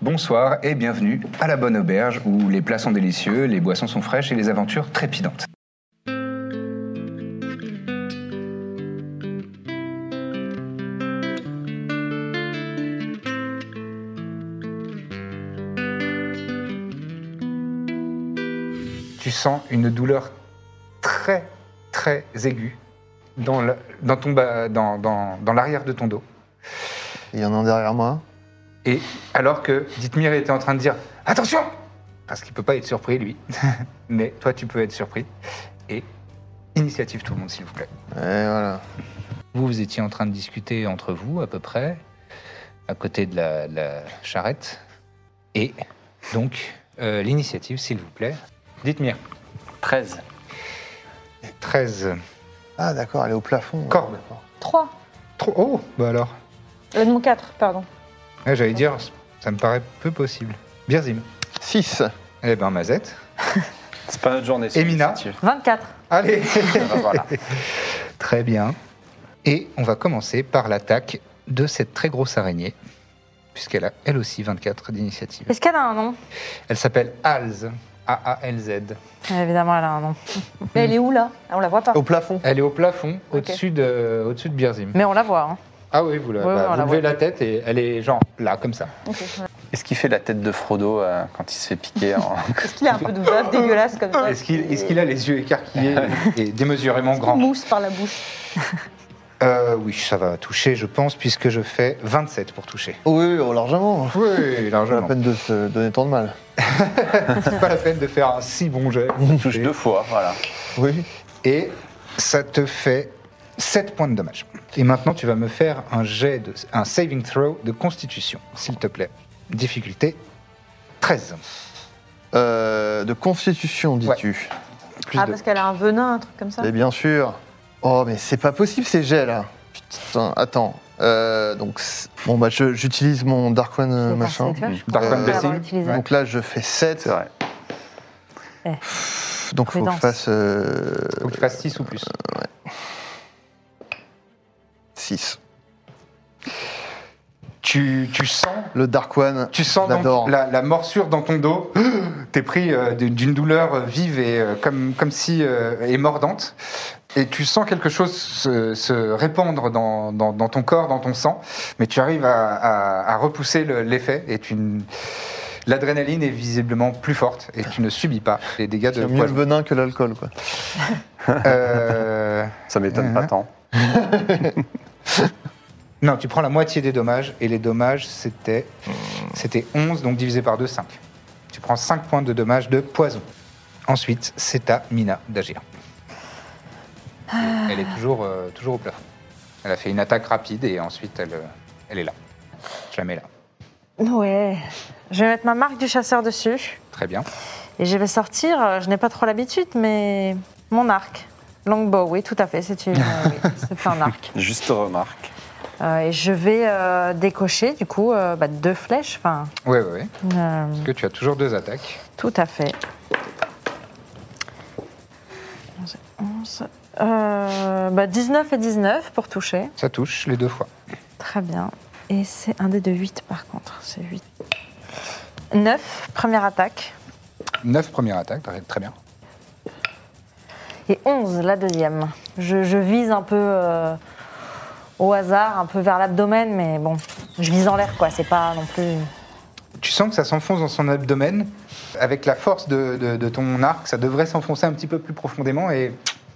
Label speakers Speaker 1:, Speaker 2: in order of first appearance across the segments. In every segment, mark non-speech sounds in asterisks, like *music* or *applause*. Speaker 1: Bonsoir et bienvenue à la Bonne Auberge où les plats sont délicieux, les boissons sont fraîches et les aventures trépidantes. Tu sens une douleur très très aiguë dans, le- dans ton bas- dans- dans- dans l'arrière de ton dos.
Speaker 2: Il y en a un derrière moi.
Speaker 1: Et alors que Dithmir était en train de dire Attention Parce qu'il peut pas être surpris, lui. *laughs* Mais toi, tu peux être surpris. Et initiative, tout le monde, s'il vous plaît.
Speaker 2: Et voilà.
Speaker 1: Vous, vous étiez en train de discuter entre vous, à peu près, à côté de la, de la charrette. Et donc, euh, l'initiative, s'il vous plaît. Dithmir,
Speaker 3: 13.
Speaker 1: 13.
Speaker 2: Ah d'accord, elle est au plafond.
Speaker 1: Corde.
Speaker 2: D'accord.
Speaker 4: 3.
Speaker 1: Trop. Oh Bah alors.
Speaker 4: Euh, non, 4, pardon.
Speaker 1: Ouais, J'allais dire, ça me paraît peu possible. Birzim.
Speaker 2: 6.
Speaker 1: Eh ben, Mazette.
Speaker 3: C'est pas notre journée. c'est
Speaker 1: Emina.
Speaker 3: l'initiative.
Speaker 4: 24. *laughs*
Speaker 1: Allez
Speaker 4: Ah, bah,
Speaker 3: Voilà.
Speaker 1: Très bien. Et on va commencer par l'attaque de cette très grosse araignée, puisqu'elle a elle aussi 24 d'initiative.
Speaker 4: Est-ce qu'elle a un nom
Speaker 1: Elle s'appelle Alz, A-A-L-Z.
Speaker 4: Évidemment, elle a un nom. *laughs* Mais elle est où là Ah, On la voit pas.
Speaker 2: Au plafond.
Speaker 1: Elle est au plafond,
Speaker 4: Ok.
Speaker 1: au-dessus de, au de Birzim.
Speaker 4: Mais on la voit. hein.
Speaker 1: Ah oui, vous, la, bah,
Speaker 4: Ouais, ouais, on
Speaker 1: vous
Speaker 4: la
Speaker 1: levez
Speaker 4: voit.
Speaker 1: la tête et elle est genre là, comme ça.
Speaker 3: Est-ce qu'il fait la tête de Frodo euh, quand il se fait piquer *laughs* en-
Speaker 4: Est-ce qu'il a un peu de bave dégueulasse comme ça
Speaker 1: Est-ce qu'il est-ce qu'il a les yeux écarquillés et démesurément grands
Speaker 4: Mousse par la bouche.
Speaker 1: Euh, Oui, ça va toucher, je pense, puisque je fais 27 pour toucher.
Speaker 2: Oui, oui, oh, largement.
Speaker 1: Oui,
Speaker 2: Pas la
Speaker 1: largement.
Speaker 2: peine de se donner tant de mal.
Speaker 1: C'est pas la peine de faire un si bon jet.
Speaker 3: touche deux fois Voilà.
Speaker 2: Oui.
Speaker 1: Et ça te fait 7 points de dommage. Et maintenant, tu vas me faire un jet, de, un saving throw de constitution, s'il te plaît. Difficulté 13.
Speaker 2: Euh, de constitution, dis-tu.
Speaker 1: Plus
Speaker 4: Ah,
Speaker 1: de-
Speaker 4: parce qu'elle a un venin, un truc comme ça
Speaker 2: Et bien sûr. Oh, mais c'est pas possible ces jets là. Putain, attends. Euh, donc, c'est- bon, bah, je- j'utilise mon Dark One euh, machin.
Speaker 1: Dark
Speaker 2: Euh,
Speaker 1: One Blessing.
Speaker 4: l'avoir utilisé.
Speaker 2: Donc là, je fais 7.
Speaker 3: C'est vrai.
Speaker 2: Donc, faut que je
Speaker 4: Prudence.
Speaker 2: fasse euh,
Speaker 1: Faut que tu fasses 6 ou plus.
Speaker 2: 6.
Speaker 1: Tu, tu sens,
Speaker 2: Le Dark One.
Speaker 1: tu sens dans,
Speaker 2: J'adore.
Speaker 1: la, la morsure dans ton dos. *gasps* T'es pris euh, d'une douleur euh, vive et euh, comme, comme si euh, et mordante. Et tu sens quelque chose se, se répandre dans, dans- dans ton corps, dans ton sang, mais tu arrives à, à- à repousser le- l'effet et tu n- l'adrénaline est visiblement plus forte et tu ne subis pas les dégâts
Speaker 2: Il y
Speaker 1: de
Speaker 2: a mieux le
Speaker 1: poison.
Speaker 2: venin que l'alcool, quoi.
Speaker 1: Euh,
Speaker 3: Ça m'étonne pas tant.
Speaker 1: non, tu prends la moitié des dommages et les dommages c'était c'était 11 donc divisé par 2 5. Tu prends 5 points de dommages de poison. Ensuite, c'est à Mina d'agir. Elle est toujours euh, toujours au plafond. Elle a fait une attaque rapide et ensuite elle euh, elle est là. Je la mets là.
Speaker 4: Ouais. Je vais mettre ma marque du chasseur dessus.
Speaker 1: Très bien.
Speaker 4: Et je vais sortir, euh, je n'ai pas trop l'habitude, mais mon arc. Longbow, oui, tout à fait, c'est une- *laughs* euh, oui, c'est un arc.
Speaker 3: Juste remarque.
Speaker 4: Euh, et je vais euh, décocher, du coup, euh, bah, deux flèches. Enfin,
Speaker 1: Ouais, ouais, ouais.
Speaker 4: euh,
Speaker 1: Parce que tu as toujours deux attaques.
Speaker 4: Tout à fait. 11 et 11. Euh, bah, 19 et 19 pour toucher.
Speaker 1: Ça touche les deux fois.
Speaker 4: Très bien. Et c'est un dé de 8 par contre. C'est 8. 9, première attaque.
Speaker 1: Neuf premières attaques, t'arrêtes très bien.
Speaker 4: Et 11, la deuxième. Je, je vise un peu euh, au hasard, un peu vers l'abdomen, mais bon, je vise en l'air quoi. C'est pas non plus.
Speaker 1: Tu sens que ça s'enfonce dans son abdomen. Avec la force de, de- de ton arc, ça devrait s'enfoncer un petit peu plus profondément et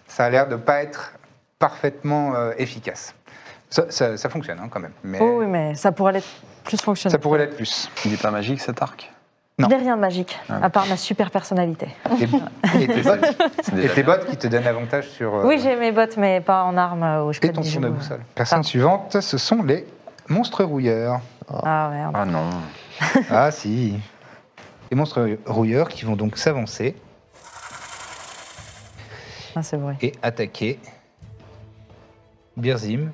Speaker 1: ça a l'air de pas être parfaitement euh, efficace. Ça, ça- ça fonctionne hein, quand même, mais
Speaker 4: Oh oui, mais ça pourrait l'être plus fonctionner.
Speaker 1: ça pourrait l'être plus.
Speaker 3: Il est pas magique cet arc
Speaker 1: non. Ah.
Speaker 4: Je n'ai rien de magique, à part ma super personnalité.
Speaker 1: Et, et tes bottes,
Speaker 3: C'est
Speaker 1: et
Speaker 3: déjà
Speaker 1: tes
Speaker 3: bien.
Speaker 1: bottes qui te donnent avantage sur. euh,
Speaker 4: Oui, j'ai mes bottes, mais pas en armes euh, où je peux
Speaker 1: et ton
Speaker 4: bijoux,
Speaker 1: tourne
Speaker 4: euh.
Speaker 1: Personne suivante, ce sont les Monstre rouilleur.
Speaker 4: *laughs* Ah merde.
Speaker 3: Ah non.
Speaker 1: Ah si. Les monstres rouilleurs qui vont donc s'avancer
Speaker 4: Ah, c'est vrai.
Speaker 1: et attaquer Birzim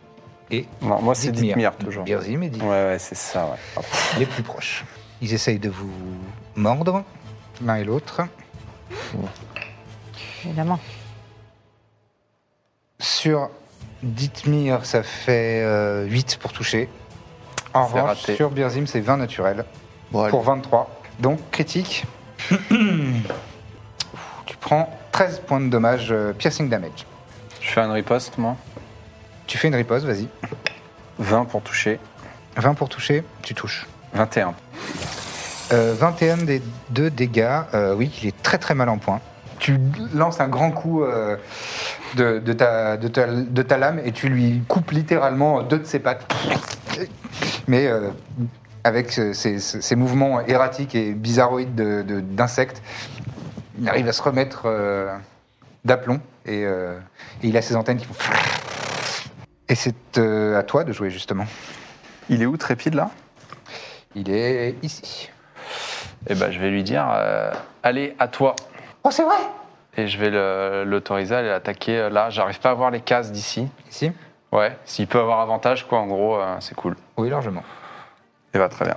Speaker 1: et
Speaker 3: Non, moi c'est Dithmir toujours. Ouais,
Speaker 1: Birzim et Dithmir,
Speaker 3: ouais, c'est ça, ouais. Hop.
Speaker 1: les plus proches. Ils essayent de vous mordre, l'un et l'autre.
Speaker 4: Évidemment.
Speaker 1: Sur Dithmir, ça fait euh, 8 pour toucher. En
Speaker 3: C'est
Speaker 1: revanche,
Speaker 3: raté.
Speaker 1: sur Birzim, c'est 20 naturel
Speaker 2: Bon, allez.
Speaker 1: pour 23. Donc,
Speaker 3: *coughs*
Speaker 1: critique. tu prends 13 points de dommage euh, piercing damage.
Speaker 3: Je fais une riposte, moi.
Speaker 1: Tu fais une riposte, vas-y.
Speaker 3: 20 pour toucher.
Speaker 1: 20 pour toucher, tu touches.
Speaker 3: 21.
Speaker 1: Euh, 21 des deux dégâts, euh, oui, il est très très mal en point. Tu lances un grand coup euh, de, de ta, de, ta, de ta lame et tu lui coupes littéralement deux de ses pattes. Mais euh, avec ce- ces, ces- ces mouvements erratiques et bizarroïdes de- de- d'insectes, il arrive à se remettre euh, d'aplomb et, euh, et il a ses antennes qui font. Et c'est euh, à toi de jouer justement.
Speaker 3: Il est où, Trépide, là
Speaker 1: Il est ici.
Speaker 3: Eh ben, je vais lui dire euh, Allez, à toi.
Speaker 1: Oh, c'est vrai
Speaker 3: Et je vais le- l'autoriser à aller l'attaquer. euh, Là, j'arrive pas à voir les cases d'ici.
Speaker 1: Ici
Speaker 3: Ouais, s'il peut avoir avantage, quoi, en gros, euh, c'est cool.
Speaker 1: Oui, largement.
Speaker 3: Et va Eh ben, très bien.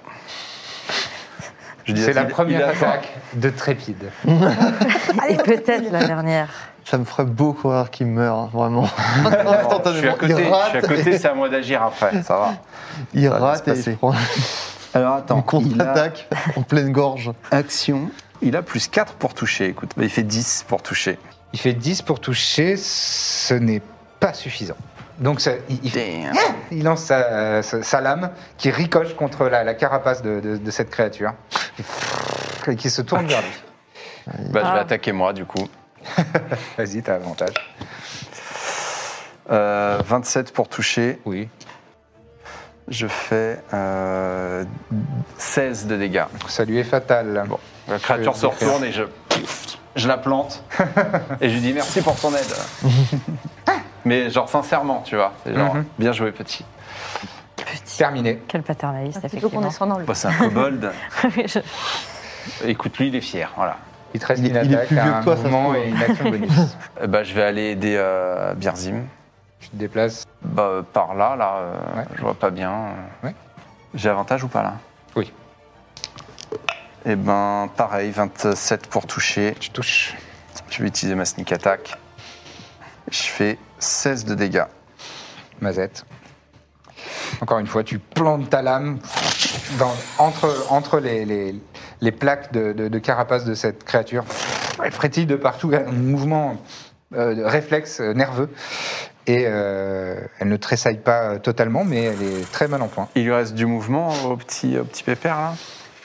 Speaker 3: Je dis à
Speaker 1: C'est la
Speaker 3: Sylvie,
Speaker 1: première
Speaker 3: il est à toi.
Speaker 1: attaque de Trépide.
Speaker 4: Allez, peut-être la dernière.
Speaker 2: Ça me ferait beaucoup rire qu'il meure, hein, vraiment. Instantanément.
Speaker 3: Je suis à côté,
Speaker 2: il
Speaker 3: je
Speaker 2: rate,
Speaker 3: suis à côté, c'est à moi d'agir après, *laughs* ça va.
Speaker 2: il
Speaker 5: va
Speaker 2: rate
Speaker 5: se
Speaker 2: et il se
Speaker 5: passer.
Speaker 2: prend
Speaker 5: Alors
Speaker 2: une
Speaker 5: attends, il a
Speaker 2: contre-attaque en pleine gorge.
Speaker 5: action.
Speaker 3: Il a plus 4 pour toucher, écoute. Bah, Il fait 10 pour toucher.
Speaker 1: Il fait 10 pour toucher, ce n'est pas suffisant. Donc ça- il, il-
Speaker 3: Damn.
Speaker 1: il lance sa, euh, sa- sa lame qui ricoche contre la, la carapace de, de- de cette créature et qui se tourne vers lui.
Speaker 3: Bah, je
Speaker 4: Ah.
Speaker 3: vais attaquer moi, du coup.
Speaker 1: Vas-y, t'as avantage.
Speaker 3: Euh, 27 pour toucher.
Speaker 1: Oui.
Speaker 3: Je fais euh, 16 de dégâts.
Speaker 1: Ça lui est fatal.
Speaker 3: Bon, la créature
Speaker 1: Je-
Speaker 3: se retourne et je, je la *laughs* plante. et je lui dis merci pour ton aide. *laughs* Mais genre sincèrement, tu vois. C'est genre,
Speaker 1: Mhm.
Speaker 3: bien joué, petit.
Speaker 1: Terminé.
Speaker 4: Quel paternaliste,
Speaker 6: Il faut qu'on
Speaker 4: effectivement.
Speaker 6: descende dans le
Speaker 3: Bah, c'est un kobold.
Speaker 4: *laughs* Je-
Speaker 3: Écoute, lui, il est fier. Voilà.
Speaker 1: Il te reste
Speaker 2: Il est-
Speaker 1: une
Speaker 2: il est
Speaker 1: attaque,
Speaker 2: plus vieux que
Speaker 1: un
Speaker 2: toi, ça se
Speaker 1: mouvement
Speaker 2: trouve.
Speaker 1: et une action
Speaker 2: *laughs*
Speaker 1: bonus.
Speaker 3: Euh, Bah, je vais aller aider euh, Birzim.
Speaker 1: tu te déplaces.
Speaker 3: Bah, euh, par là, là, euh,
Speaker 1: Ouais.
Speaker 3: je vois pas bien. euh.
Speaker 1: Ouais.
Speaker 3: J'ai avantage ou pas là
Speaker 1: Oui.
Speaker 3: Eh ben, pareil, 27 pour toucher.
Speaker 1: Tu touches.
Speaker 3: Je vais utiliser ma sneak attack. Je fais 16 de dégâts.
Speaker 1: Mazette. Encore une fois, tu plantes ta lame dans- entre, entre les, les- les plaques de, de- de carapace de cette créature. Elle frétille de partout, elle a un mouvement euh, de réflexe euh, nerveux. Et euh, elle ne tressaille pas euh, totalement, mais elle est très mal en point.
Speaker 3: Il lui reste du mouvement au petit, au petit pépère là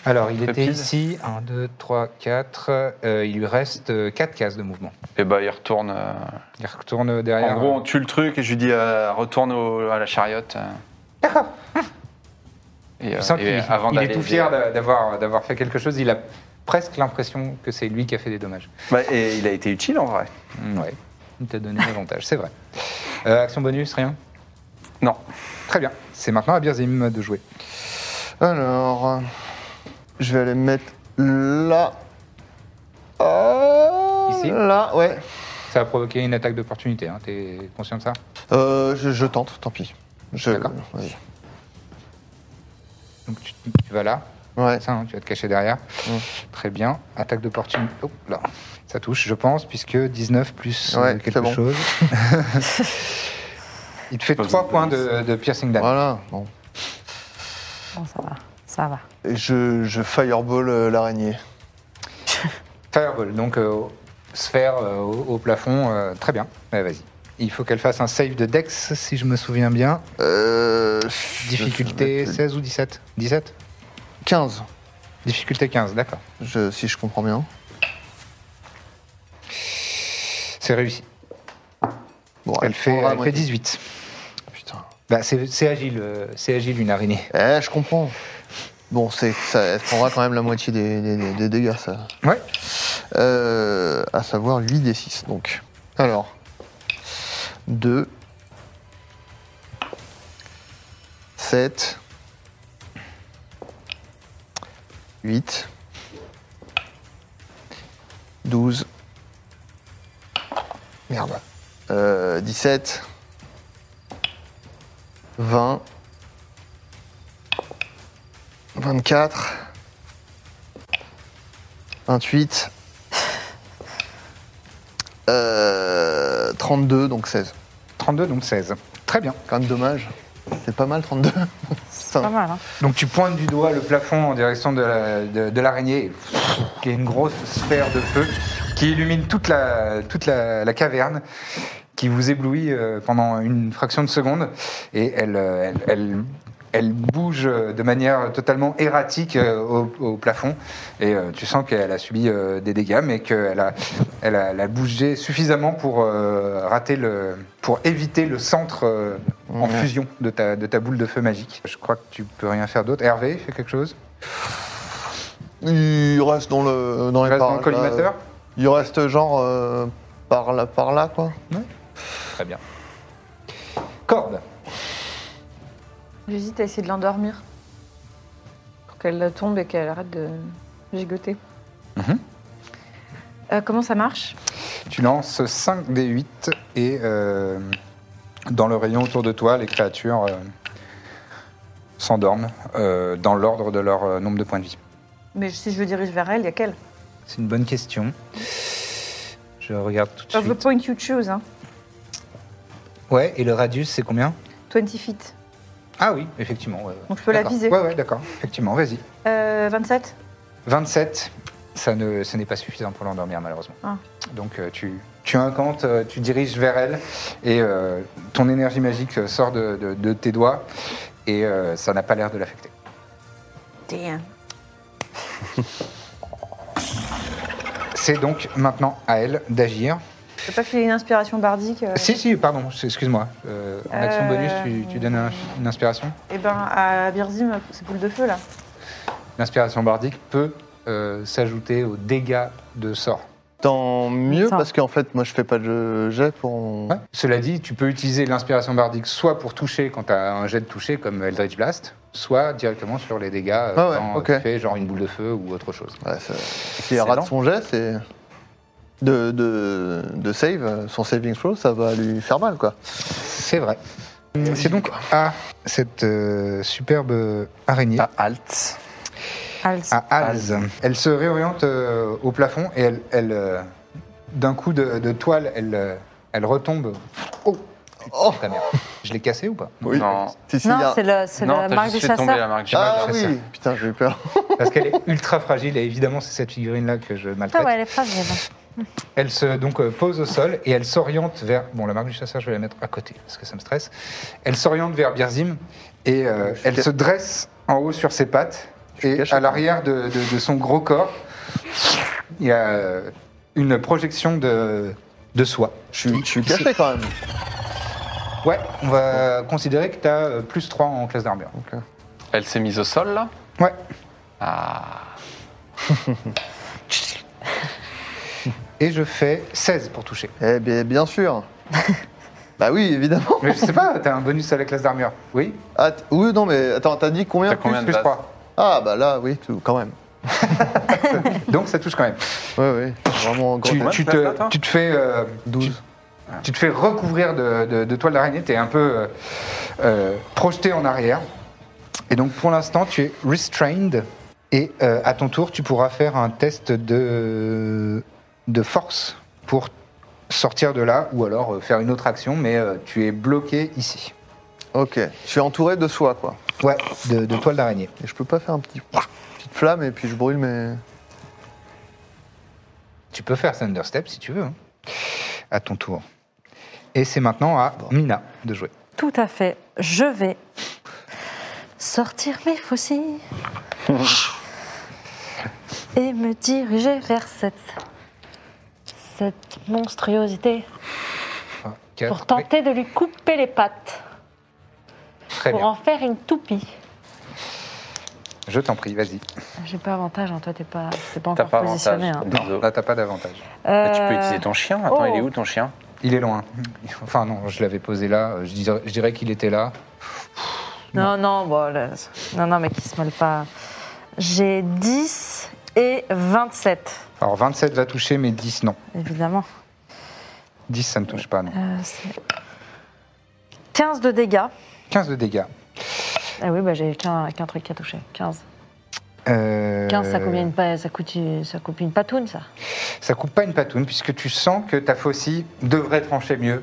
Speaker 1: Alors, il était
Speaker 3: Rapide.
Speaker 1: ici. 1, 2, 3, 4. Euh, il lui reste 4 cases de mouvement.
Speaker 3: Et bah, il retourne. euh,
Speaker 1: Il retourne
Speaker 3: En
Speaker 1: derrière. euh,
Speaker 3: gros, on tue le truc et je lui dis euh, retourne au- à la chariote.
Speaker 1: *laughs*
Speaker 3: euh. Et, euh,
Speaker 1: Tu sens qu'il
Speaker 3: et avant
Speaker 1: il est
Speaker 3: d'aller
Speaker 1: tout
Speaker 3: aider-
Speaker 1: fier d'a- d'avoir d'avoir fait quelque chose. Il a presque l'impression que c'est lui qui a fait des dommages.
Speaker 3: Bah, et il a été utile en vrai.
Speaker 1: Mm, Ouais, il t'a donné l'avantage, c'est vrai. Euh, action bonus, rien
Speaker 3: Non.
Speaker 1: Très bien, c'est maintenant à Birzim de jouer.
Speaker 2: Alors, euh, je vais aller me mettre là. Ah,
Speaker 1: Ici
Speaker 2: Là, ouais.
Speaker 1: Ça a provoqué une attaque d'opportunité, hein. t'es conscient de ça
Speaker 2: Euh, je, je tente, tant pis. Je-
Speaker 1: D'accord.
Speaker 2: vas-y.
Speaker 1: Donc tu, tu vas là,
Speaker 2: Ouais.
Speaker 1: ça, hein, tu vas te cacher derrière. Très bien, attaque d'opportunité. Oh, là, ça touche, je pense, puisque 19 plus euh,
Speaker 2: Ouais, c'est
Speaker 1: quelque
Speaker 2: bon.
Speaker 1: chose.
Speaker 2: *laughs*
Speaker 1: il te fait
Speaker 3: Pas
Speaker 1: 3
Speaker 3: besoin de
Speaker 1: points de, de piercing damage.
Speaker 2: Voilà. Bon.
Speaker 4: Bon, ça va. Ça va.
Speaker 2: Et Je, je fireball euh, l'araignée.
Speaker 1: Fireball, donc euh, sphère euh, au, au plafond, euh, très bien, Ouais, vas-y. Il faut qu'elle fasse un save de Dex, si je me souviens bien.
Speaker 2: Euh,
Speaker 1: Difficulté
Speaker 2: je vais mettre
Speaker 1: 16 ou 17 17
Speaker 2: 15,
Speaker 1: Difficulté 15, d'accord.
Speaker 2: je- si je comprends bien.
Speaker 1: C'est réussi.
Speaker 2: Bon,
Speaker 1: Elle fait,
Speaker 2: prendra la
Speaker 1: elle fait
Speaker 2: moitié.
Speaker 1: 18.
Speaker 2: Putain.
Speaker 1: Bah, c'est c'est agile, euh, c'est agile une araignée.
Speaker 2: Eh, je comprends. Bon, c'est, ça, elle prendra quand même la moitié des, des- des- des dégâts, ça.
Speaker 1: Ouais.
Speaker 2: Euh, à savoir 8 des 6, donc. Alors. 2. 7, 8, 12, merde, euh, 17, 20, 24, 28, euh, 32, donc 16.
Speaker 1: 32, donc 16. Très bien.
Speaker 2: Quand même dommage. C'est pas mal 32. Putain.
Speaker 4: Pas mal, hein.
Speaker 1: Donc tu pointes du doigt le plafond en direction de la- de de l'araignée, qui est une grosse sphère de feu qui illumine toute la, toute la, la caverne, qui vous éblouit euh, pendant une fraction de seconde, et elle, euh, elle, elle, elle bouge euh, de manière totalement erratique euh, au, au plafond, et euh, tu sens qu'elle a subi euh, des dégâts, mais qu'elle a, elle a, elle a bougé suffisamment pour, euh, rater le, pour éviter le centre euh, en fusion de ta, de ta boule de feu magique. Je crois que tu peux rien faire d'autre. Hervé, fais quelque chose
Speaker 2: Il reste dans le dans les
Speaker 1: Tu restes dans le
Speaker 2: parages, là.
Speaker 1: collimateur
Speaker 2: Il reste genre euh, par là par là quoi.
Speaker 1: Très bien. Corde.
Speaker 6: J'hésite à essayer de l'endormir. Pour qu'elle tombe et qu'elle arrête de gigoter.
Speaker 1: Mhm.
Speaker 6: Euh, comment ça marche
Speaker 1: Tu lances 5 des 8 et euh, dans le rayon autour de toi, les créatures euh, s'endorment euh, dans l'ordre de leur euh, nombre de points de vie.
Speaker 6: Mais si je me dirige vers elle, il y a qu'elle.
Speaker 1: C'est une bonne question. Je regarde tout
Speaker 6: Of the point you choose, hein.
Speaker 1: Ouais, et le radius, c'est combien
Speaker 6: 20 feet.
Speaker 1: Ah oui, effectivement. ouais, ouais.
Speaker 6: Donc je peux la
Speaker 1: D'accord.
Speaker 6: viser.
Speaker 1: Ouais, ouais, d'accord. Effectivement, vas-y.
Speaker 6: Euh, 27
Speaker 1: 27, ça ne, ce n'est pas suffisant pour l'endormir malheureusement.
Speaker 6: Ah.
Speaker 1: Donc euh, tu, tu incantes, euh, tu diriges vers elle et euh, ton énergie magique euh, sort de, de- de tes doigts et euh, ça n'a pas l'air de l'affecter.
Speaker 6: Damn.
Speaker 1: C'est donc maintenant à elle d'agir.
Speaker 6: Je peux pas filer une inspiration bardique euh,
Speaker 1: Si, si, pardon, c'est- excuse-moi. Euh, en action
Speaker 6: Euh,
Speaker 1: bonus, tu, tu donnes un- une inspiration.
Speaker 6: Eh ben, à Birzim, c'est boule de feu, là.
Speaker 1: L'inspiration bardique peut euh, s'ajouter aux dégâts de sort.
Speaker 2: Tant mieux
Speaker 4: Attends.
Speaker 2: parce qu'en fait moi je fais pas de jet pour. mon-
Speaker 1: Ouais. Cela dit, tu peux utiliser l'inspiration bardique soit pour toucher quand tu as un jet de toucher comme Eldritch Blast, soit directement sur les dégâts euh,
Speaker 2: Ah ouais,
Speaker 1: quand
Speaker 2: ok.
Speaker 1: tu fais genre une boule de feu ou autre chose.
Speaker 2: Ouais, ça- si elle rate son jet c'est de, de, de save euh, son saving throw ça va lui faire mal quoi.
Speaker 1: C'est vrai. Hum, C'est donc à cette euh, superbe araignée,
Speaker 3: Ah, alt.
Speaker 1: à Alz. Elle se réoriente euh, au plafond et elle, elle, euh, d'un coup de, de toile, elle, euh, elle retombe. Oh,
Speaker 2: Oh
Speaker 1: ta mère. Je l'ai cassée ou pas Non.
Speaker 2: oui.
Speaker 3: Non.
Speaker 2: Si, si, il y
Speaker 4: Non,
Speaker 2: a-
Speaker 4: c'est le- c'est
Speaker 3: Non,
Speaker 4: la
Speaker 3: t'as
Speaker 4: marque du
Speaker 3: juste fait tomber la
Speaker 4: chasseur.
Speaker 3: marque du
Speaker 2: Ah
Speaker 1: c'est ça.
Speaker 2: oui putain j'ai eu peur. *laughs*
Speaker 1: Parce qu'elle est ultra fragile et évidemment c'est cette figurine-là que je maltraite.
Speaker 4: Ah ouais, elle est fragile.
Speaker 1: Elle se donc euh, pose au sol et elle s'oriente vers. Bon, la marque du chasseur, je vais la mettre à côté parce que ça me stresse. Elle s'oriente vers Birzim et euh, elle se dresse en haut sur ses pattes et
Speaker 2: caché.
Speaker 1: à l'arrière de, de- de son gros corps, il y a euh, une projection de, de soi.
Speaker 2: Je suis, je suis
Speaker 3: Ah.
Speaker 2: caché quand même.
Speaker 1: Ouais, on va considérer que tu as plus 3 en classe d'armure.
Speaker 3: Elle s'est mise au sol, là
Speaker 1: Ouais.
Speaker 2: Ah.
Speaker 1: *laughs* Et je fais 16 pour toucher.
Speaker 2: Eh bien bien
Speaker 4: *laughs*
Speaker 2: sûr. bah oui évidemment.
Speaker 1: Mais je sais pas, t'as un bonus à la classe d'armure. Oui
Speaker 2: Ah, t- oui non mais attends t'as dit combien,
Speaker 3: T'as
Speaker 2: plus
Speaker 3: combien de
Speaker 1: Plus
Speaker 3: bases
Speaker 1: 3.
Speaker 2: Ah bah là oui tu- quand même.
Speaker 1: Donc ça touche quand même.
Speaker 2: Ouais ouais vraiment grand.
Speaker 1: tu,
Speaker 3: Ouais,
Speaker 1: tu
Speaker 3: t'as- t'as,
Speaker 1: te,
Speaker 3: toi
Speaker 1: tu te fais euh, tu, tu te fais recouvrir de, de, de toile d'araignée, tu es un peu euh, euh, projeté en arrière. Et donc pour l'instant, tu es restrained. Et euh, à ton tour, tu pourras faire un test de, de force pour sortir de là ou alors euh, faire une autre action, mais euh, tu es bloqué ici.
Speaker 2: Ok, je suis entouré de soie, quoi.
Speaker 1: Ouais, de, de toile d'araignée.
Speaker 2: Et je peux pas faire un petit
Speaker 1: Ah.
Speaker 2: petite flamme et puis je brûle mes.
Speaker 1: Tu peux faire Thunderstep si tu veux, hein, à ton tour. Et c'est maintenant à Mina de jouer.
Speaker 4: Tout à fait. Je vais sortir
Speaker 1: *laughs*
Speaker 4: mes faucilles et me diriger vers cette, cette monstruosité
Speaker 1: Un, quatre,
Speaker 4: pour tenter de lui couper les pattes,
Speaker 1: oui, très
Speaker 4: pour
Speaker 1: bien.
Speaker 4: en faire une toupie.
Speaker 1: Je t'en prie, vas-y.
Speaker 4: J'ai pas avantage, hein, toi t'es pas, t'es pas
Speaker 3: T'as
Speaker 4: encore
Speaker 3: pas avantage.
Speaker 4: positionné. hein.
Speaker 1: Non,
Speaker 3: Désolé.
Speaker 1: là, t'as pas d'avantage.
Speaker 3: Bah, tu peux
Speaker 4: Euh,
Speaker 3: utiliser ton chien. Attends,
Speaker 4: oh.
Speaker 3: il est où ton chien
Speaker 1: *laughs* Il est loin. Enfin, non, je l'avais posé là. Je dirais, je dirais qu'il était là.
Speaker 4: Non, non, bon, là, non, non, mais qui se mêle pas. J'ai 10 et 27,
Speaker 1: Alors 27 va toucher, mais 10 non.
Speaker 4: évidemment.
Speaker 1: 10 ça ne touche pas, non.
Speaker 4: Euh, c'est 15 de dégâts.
Speaker 1: 15 de dégâts.
Speaker 4: Ah oui, bah, j'ai qu'un qu'un truc à toucher. 15.
Speaker 1: Euh,
Speaker 4: 15, ça, combien une pa- ça, coûte, une- ça coupe une patoune, ça.
Speaker 1: Ça coupe pas une patoune, puisque tu sens que ta faucille devrait trancher mieux,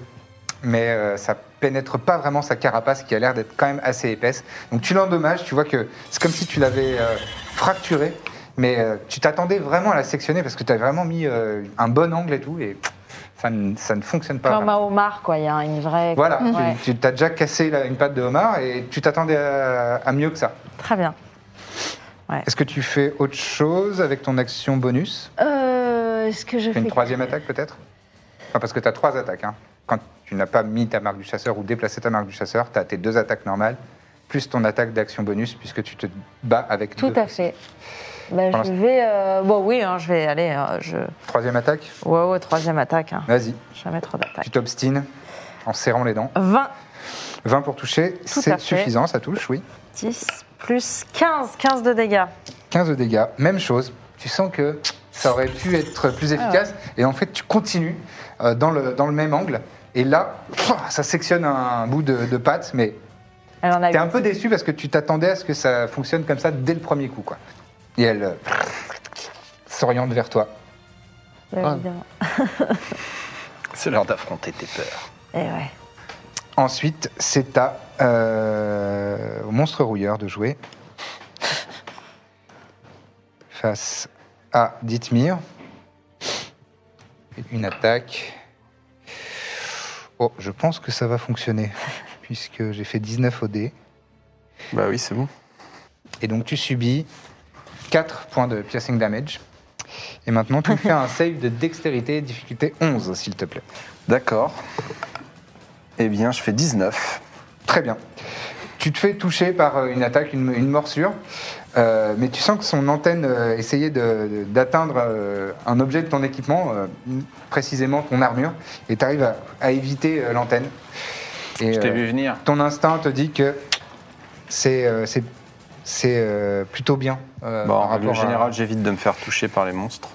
Speaker 1: mais euh, ça pénètre pas vraiment sa carapace qui a l'air d'être quand même assez épaisse. Donc tu l'endommages, tu vois que c'est comme si tu l'avais euh, fracturée, mais euh, tu t'attendais vraiment à la sectionner parce que tu as vraiment mis euh, un bon angle et tout, et pff, ça ne, ça ne fonctionne pas.
Speaker 4: Comme
Speaker 1: vraiment.
Speaker 4: à Omar, quoi. Il y a une vraie.
Speaker 1: Voilà, tu-
Speaker 4: Ouais.
Speaker 1: tu t'as déjà cassé la- une patte de homard et tu t'attendais à, à mieux que ça.
Speaker 4: Très bien.
Speaker 1: Est-ce que tu fais autre chose avec ton action bonus
Speaker 4: Euh, Est-ce que je
Speaker 1: Tu fais
Speaker 4: fais.
Speaker 1: une troisième attaque peut-être Enfin, Parce que tu as trois attaques. hein. Quand tu n'as pas mis ta marque du chasseur ou déplacé ta marque du chasseur, tu as tes deux attaques normales, plus ton attaque d'action bonus, puisque tu te bats avec
Speaker 4: Tout
Speaker 1: deux.
Speaker 4: à fait. Bah,
Speaker 1: Pour
Speaker 4: je vais. euh, Bon, oui, hein, je vais aller. euh, je...
Speaker 1: Troisième attaque
Speaker 4: Ouais, ouais, troisième attaque. Hein.
Speaker 1: Vas-y,
Speaker 4: Jamais trop
Speaker 1: tu
Speaker 4: d'attaque.
Speaker 1: t'obstines en serrant les dents.
Speaker 4: 20,
Speaker 1: 20 pour toucher,
Speaker 4: Tout à
Speaker 1: c'est
Speaker 4: fait.
Speaker 1: suffisant, ça touche, oui.
Speaker 4: 10, plus 15, 15 de dégâts.
Speaker 1: 15 de dégâts, même chose. Tu sens que ça aurait pu être
Speaker 4: Ah
Speaker 1: plus efficace. Et en fait, tu continues euh, dans, le, dans le même angle. Et là, ça sectionne un bout de, de patte, mais
Speaker 4: Elle en a
Speaker 1: t'es
Speaker 4: eu.
Speaker 1: un peu déçu parce que tu t'attendais à ce que ça fonctionne comme ça dès le premier coup. Quoi. Et elle euh, s'oriente vers toi.
Speaker 4: bah, évidemment.
Speaker 3: C'est l'heure d'affronter tes peurs.
Speaker 4: Et
Speaker 7: *laughs*
Speaker 4: ouais.
Speaker 1: Ensuite, c'est à euh, au monstre rouilleur de jouer. Face à Dithmir. Une attaque. Oh, je pense que ça va fonctionner, puisque j'ai fait 19 au dé.
Speaker 5: Bah oui, c'est bon.
Speaker 1: Et donc tu subis 4 points de piercing damage. Et maintenant, tu me fais un save de dextérité, difficulté 11, s'il te plaît.
Speaker 5: D'accord. Eh bien, je fais 19.
Speaker 1: Très bien. Tu te fais toucher par euh, une attaque, une, une morsure, euh, mais tu sens que son antenne euh, essayait de- de- d'atteindre euh, un objet de ton équipement, euh, précisément ton armure, et tu arrives à, à éviter euh, l'antenne. Et,
Speaker 3: Je t'ai
Speaker 1: euh,
Speaker 3: vu venir.
Speaker 1: ton instinct te dit que c'est euh, c'est- c'est, euh, plutôt bien. euh,
Speaker 3: Bon, en
Speaker 1: par
Speaker 3: règle
Speaker 1: rapport à-
Speaker 3: générale, j'évite de me faire toucher par les monstres.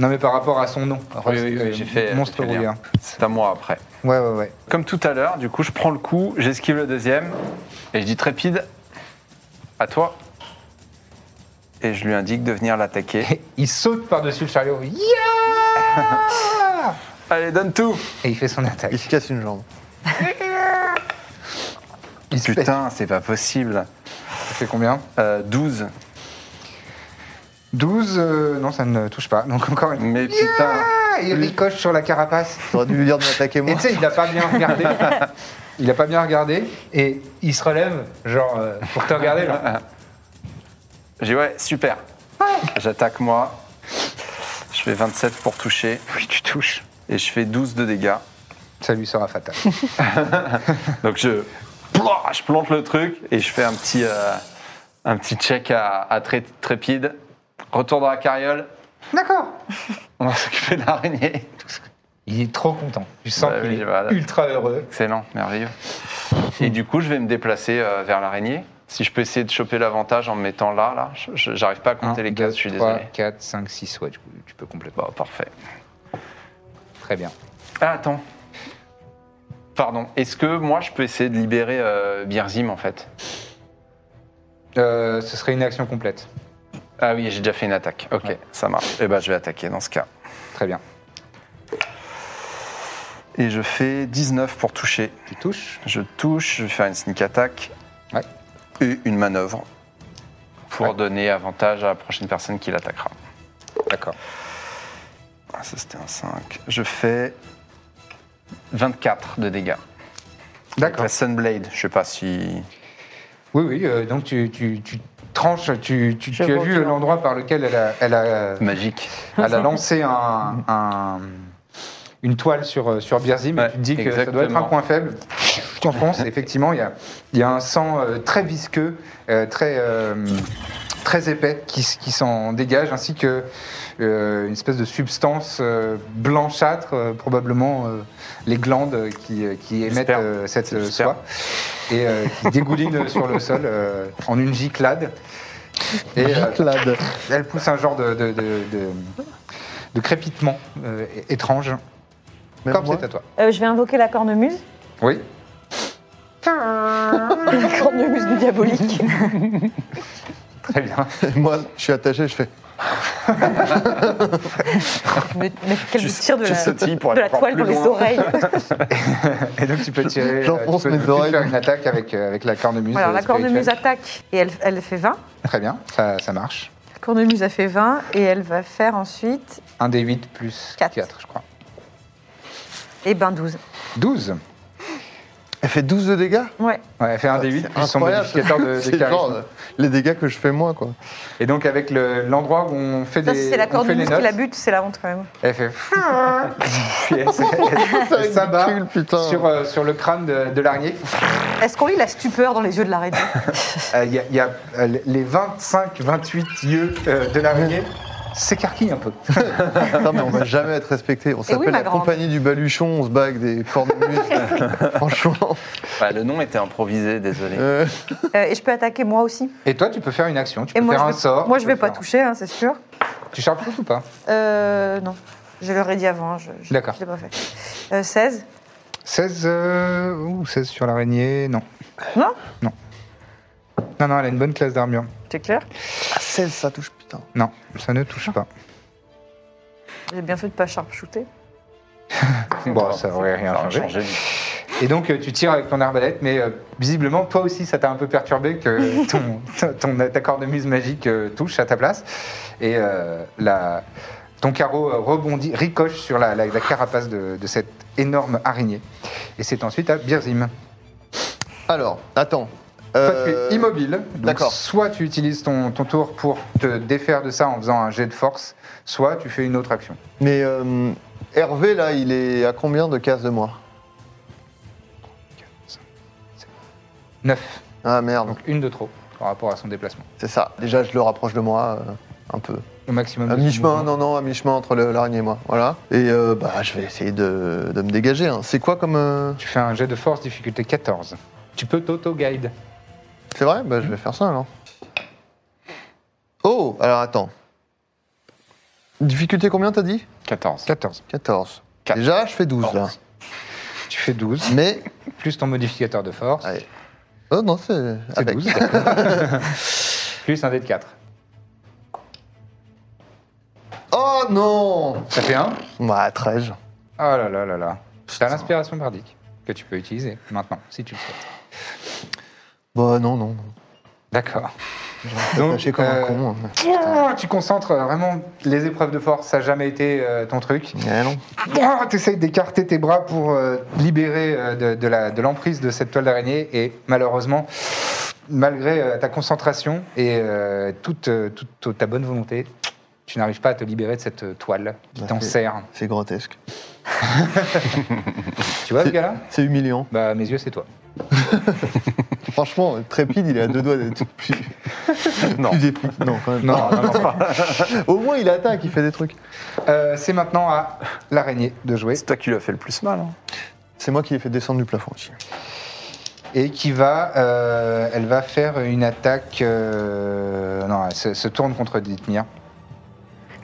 Speaker 1: Non, mais par rapport à son nom.
Speaker 3: Oui, oui, oui, j'ai fait-
Speaker 1: Monstre
Speaker 3: j'ai fait lien.
Speaker 1: rouilleur.
Speaker 3: C'est à moi après.
Speaker 1: Ouais, ouais, ouais.
Speaker 3: Comme tout à l'heure, du coup, je prends le coup, j'esquive le deuxième, et je dis trépide, à toi. Et je lui indique de venir l'attaquer.
Speaker 1: Et il saute par-dessus le chariot. Yeah
Speaker 3: Allez, donne tout
Speaker 1: Et il fait son attaque.
Speaker 2: Il se casse une jambe.
Speaker 1: Il se pète.
Speaker 3: Putain, c'est pas possible.
Speaker 1: Ça fait combien
Speaker 3: Euh, 12.
Speaker 1: 12, euh, non, ça ne touche pas. Donc encore une
Speaker 3: Mais putain,
Speaker 1: Ah, il ricoche sur la carapace.
Speaker 2: J'aurais dû lui dire de m'attaquer
Speaker 1: Et
Speaker 2: moi.
Speaker 1: tu sais, il n'a pas bien
Speaker 3: *laughs*
Speaker 1: regardé. Il n'a pas bien regardé. Et il se relève, genre, euh, pour te regarder. genre.
Speaker 3: j'ai dit, ouais, super. J'attaque moi. Je fais 27 pour toucher.
Speaker 1: Oui, tu touches.
Speaker 3: Et je fais 12 de dégâts.
Speaker 1: Ça lui sera fatal.
Speaker 3: Donc je, Plah je plante le truc et je fais un petit, euh, un petit check à, à tré- trépide. Retour dans la carriole.
Speaker 1: D'accord.
Speaker 3: On va *laughs* s'occuper de l'araignée.
Speaker 1: Il est trop content. Tu sens
Speaker 3: Bah
Speaker 1: qu'il
Speaker 3: oui,
Speaker 1: est
Speaker 3: voilà.
Speaker 1: ultra heureux.
Speaker 3: Excellent, merveilleux. Et du coup, je vais me déplacer euh, vers l'araignée. Si je peux essayer de choper l'avantage en me mettant là, là, je- je- j'arrive pas à compter les cases, je suis désolé.
Speaker 1: 4, 5, 6, ouais, tu, tu peux complètement.
Speaker 3: Bon, parfait.
Speaker 1: Très bien.
Speaker 3: Ah, attends. Pardon. Est-ce que moi, je peux essayer de libérer euh, Birzim, en fait
Speaker 1: Euh, ce serait une action complète.
Speaker 3: Ah oui, j'ai déjà fait une attaque. Ok, ça marche. Eh ben, je vais attaquer dans ce cas.
Speaker 1: Très bien.
Speaker 3: Et je fais 19 pour toucher.
Speaker 1: Tu touches.
Speaker 3: Je touche, je vais faire une sneak attack
Speaker 1: Ouais.
Speaker 3: et une manœuvre pour
Speaker 1: Ouais.
Speaker 3: donner avantage à la prochaine personne qui l'attaquera.
Speaker 1: D'accord.
Speaker 3: Ah, ça c'était un 5. Je fais 24 de dégâts. Avec
Speaker 1: D'accord.
Speaker 3: la Sunblade, je sais pas si.
Speaker 1: Oui, oui, euh, donc tu, tu- tu tranches, tu, tu-
Speaker 4: Je
Speaker 1: tu as
Speaker 4: vois
Speaker 1: vu
Speaker 4: bien.
Speaker 1: l'endroit par lequel elle a, euh, elle a-
Speaker 3: Magique.
Speaker 1: elle a lancé un- un- une toile sur, euh, sur Birzim, et
Speaker 3: Ouais,
Speaker 1: tu te dis que ça doit être
Speaker 3: exactement.
Speaker 1: un point faible. Tu
Speaker 3: *laughs*
Speaker 1: t'enfonces, effectivement, il y a, il y a un sang euh, très visqueux, euh, très, euh, très épais qui, s- qui s'en dégage, ainsi que euh, une espèce de substance euh, blanchâtre, euh, probablement euh, les glandes euh, qui, euh, qui émettent
Speaker 3: J'espère.
Speaker 1: euh, cette
Speaker 3: C'est
Speaker 1: euh,
Speaker 3: du sperme.
Speaker 1: soie et euh, qui dégouline sur le sol euh, en une giclade. Et euh,
Speaker 2: Lad.
Speaker 1: elle pousse un genre de, de, de- de- de crépitement euh, é- étrange.
Speaker 2: Même
Speaker 1: Comme
Speaker 2: moi
Speaker 1: c'est à toi.
Speaker 7: Euh, je vais invoquer la cornemuse.
Speaker 1: Oui.
Speaker 7: La cornemuse du diabolique.
Speaker 1: Très bien.
Speaker 2: Et *laughs* moi, je suis attaché, je fais.
Speaker 7: mais, mais quel
Speaker 3: Tu-
Speaker 7: tir de
Speaker 3: tu
Speaker 7: la,
Speaker 3: sautilles pour
Speaker 7: de
Speaker 3: aller
Speaker 7: la
Speaker 3: encore
Speaker 7: toile
Speaker 3: plus
Speaker 7: dans les
Speaker 3: loin.
Speaker 7: oreilles.
Speaker 1: *laughs* Et donc
Speaker 2: *laughs*
Speaker 1: tu peux tirer. euh,
Speaker 2: J'enfonce
Speaker 1: tu peux
Speaker 2: mes
Speaker 1: tout de suite
Speaker 2: oreilles.
Speaker 1: faire une attaque avec, euh, avec la cornemuse.
Speaker 6: Voilà,
Speaker 1: euh,
Speaker 6: la cornemuse
Speaker 1: spirituelle.
Speaker 6: attaque et elle, elle fait 20.
Speaker 1: Très bien, ça, ça marche.
Speaker 6: La cornemuse a fait 20 et elle va faire ensuite,
Speaker 1: 1 des 8 plus
Speaker 6: Quatre.
Speaker 1: 4, je crois.
Speaker 6: et ben 12.
Speaker 1: 12.
Speaker 2: Elle fait 12 de dégâts
Speaker 6: Ouais.
Speaker 1: Ouais, fait un des 8 plus son
Speaker 2: Ah, Incroyable.
Speaker 1: modificateur
Speaker 2: *laughs*
Speaker 1: de, de
Speaker 2: C'est
Speaker 1: charisme.
Speaker 2: genre, euh, les dégâts que je fais moi, quoi.
Speaker 1: Et donc avec le- l'endroit où on fait
Speaker 6: Ça,
Speaker 1: des
Speaker 6: si c'est la
Speaker 1: on fait les
Speaker 6: cornemuse qui
Speaker 1: notes,
Speaker 6: la bute, c'est la honte quand même.
Speaker 1: elle fait... *laughs* Puis elle
Speaker 2: *laughs*
Speaker 1: se- elle- elle s'abat
Speaker 2: ridicule, putain.
Speaker 1: sur, euh, sur le crâne de, de l'araignée.
Speaker 6: Est-ce qu'on lit la stupeur dans les yeux
Speaker 1: *laughs*
Speaker 6: de l'araignée
Speaker 1: Euh, Il y a, il y a, euh, les 25-28 yeux euh, de l'araignée s'écarquillent un peu.
Speaker 2: Non, mais on va jamais être respecté. On s'appelle
Speaker 6: oui, ma
Speaker 2: la
Speaker 6: grande.
Speaker 2: compagnie du baluchon, on se bague des
Speaker 6: *laughs*
Speaker 2: cornemuses. Franchement.
Speaker 3: Bah, le nom était improvisé, désolé.
Speaker 2: euh,
Speaker 6: Euh, Et je peux attaquer moi aussi.
Speaker 1: Et toi, tu peux faire une action, tu
Speaker 6: Et
Speaker 1: peux
Speaker 6: moi,
Speaker 1: faire
Speaker 6: je
Speaker 1: un
Speaker 6: vais,
Speaker 1: sort.
Speaker 6: moi,
Speaker 1: tu
Speaker 6: je
Speaker 1: peux
Speaker 6: vais pas
Speaker 1: faire-
Speaker 6: toucher, hein, c'est sûr.
Speaker 1: Tu charges ou pas
Speaker 6: Euh, non, je l'aurais dit avant. hein, Je, je-
Speaker 1: D'accord.
Speaker 6: Je l'ai pas fait. Euh, 16
Speaker 1: 16 euh, ou 16 sur l'araignée, non.
Speaker 6: Non
Speaker 1: Non. Non, non, elle a une bonne classe d'armure.
Speaker 6: C'est clair
Speaker 2: 16, ça touche, putain.
Speaker 1: Non, ça ne touche pas.
Speaker 6: J'ai bien fait de pas sharpshooter.
Speaker 1: Bon, ça aurait rien
Speaker 3: Ça aurait
Speaker 1: changé.
Speaker 3: changé.
Speaker 1: Et donc, euh, tu tires avec ton arbalète, mais euh, visiblement, toi aussi, ça t'a un peu perturbé que ton, ton, ton- ta cornemuse magique euh, touche à ta place. Et euh, la, ton carreau euh, rebondit, ricoche sur la, la- la carapace de, de cette énorme araignée. Et c'est ensuite à Birzim.
Speaker 2: Alors, attends.
Speaker 1: Toi,
Speaker 2: Euh,
Speaker 1: tu es immobile. donc
Speaker 2: d'accord.
Speaker 1: Soit tu utilises ton, ton tour pour te défaire de ça en faisant un jet de force, soit tu fais une autre action.
Speaker 2: Mais euh, Hervé, là, il est à combien de cases de moi
Speaker 1: 9.
Speaker 2: Ah merde,
Speaker 1: Donc une de trop par rapport à son déplacement.
Speaker 2: c'est ça. Déjà, je le rapproche de moi euh, un peu.
Speaker 1: Au maximum.
Speaker 2: À
Speaker 1: de son
Speaker 2: mi-chemin,
Speaker 1: mouvement.
Speaker 2: non, non, à mi-chemin entre le- l'araignée et moi. Voilà. Et euh, bah, je vais essayer de, de me dégager. hein. C'est quoi comme. euh,
Speaker 1: Tu fais un jet de force difficulté 14. Tu peux t'auto-guide.
Speaker 2: C'est vrai Bah, je vais faire ça alors. Oh Alors attends. Difficulté combien t'as dit
Speaker 3: 14.
Speaker 1: 14.
Speaker 2: 14.
Speaker 3: Quatre.
Speaker 2: Déjà, je fais 12 là.
Speaker 3: Quatorze.
Speaker 1: Tu fais 12,
Speaker 2: Mais.
Speaker 1: plus ton modificateur de force,
Speaker 2: Allez. Oh non, c'est.
Speaker 1: c'est
Speaker 2: Avec.
Speaker 1: 12, d'accord. *laughs* plus un dé de 4.
Speaker 2: Oh non
Speaker 1: Ça fait 1 Oh
Speaker 2: Bah, 13.
Speaker 1: là là là là. T'as l'inspiration bardique que tu peux utiliser maintenant, si tu le souhaites.
Speaker 2: Bah, non, non. non.
Speaker 1: D'accord.
Speaker 2: Attaché comme un
Speaker 1: euh,
Speaker 2: con. hein.
Speaker 1: Tu concentres euh, vraiment les épreuves de force, ça n'a jamais été euh, ton truc.
Speaker 2: Eh non.
Speaker 1: Tu essayes d'écarter tes bras pour euh, libérer euh, de, de la- de l'emprise de cette toile d'araignée et malheureusement, malgré euh, ta concentration et euh, toute, euh, toute- toute ta bonne volonté, tu n'arrives pas à te libérer de cette euh, toile qui
Speaker 2: Bah,
Speaker 1: t'en
Speaker 2: c'est-
Speaker 1: sert.
Speaker 2: C'est grotesque.
Speaker 1: Tu vois ce gars-là
Speaker 2: C'est humiliant.
Speaker 1: Bah à mes yeux c'est toi.
Speaker 2: Franchement, Trépide, il est à deux doigts d'être
Speaker 1: *laughs*
Speaker 2: plus.
Speaker 3: Non.
Speaker 2: plus épique. Non, quand même.
Speaker 1: Non,
Speaker 2: pas.
Speaker 1: non, non.
Speaker 2: Au moins, il attaque, il fait des trucs.
Speaker 1: Euh, c'est maintenant à l'araignée de jouer
Speaker 3: C'est toi qui lui as fait le plus mal. hein.
Speaker 2: C'est moi qui l'ai fait descendre du plafond aussi.
Speaker 1: et qui va, euh, elle va faire une attaque. euh, non, elle se, se tourne contre Dithmir.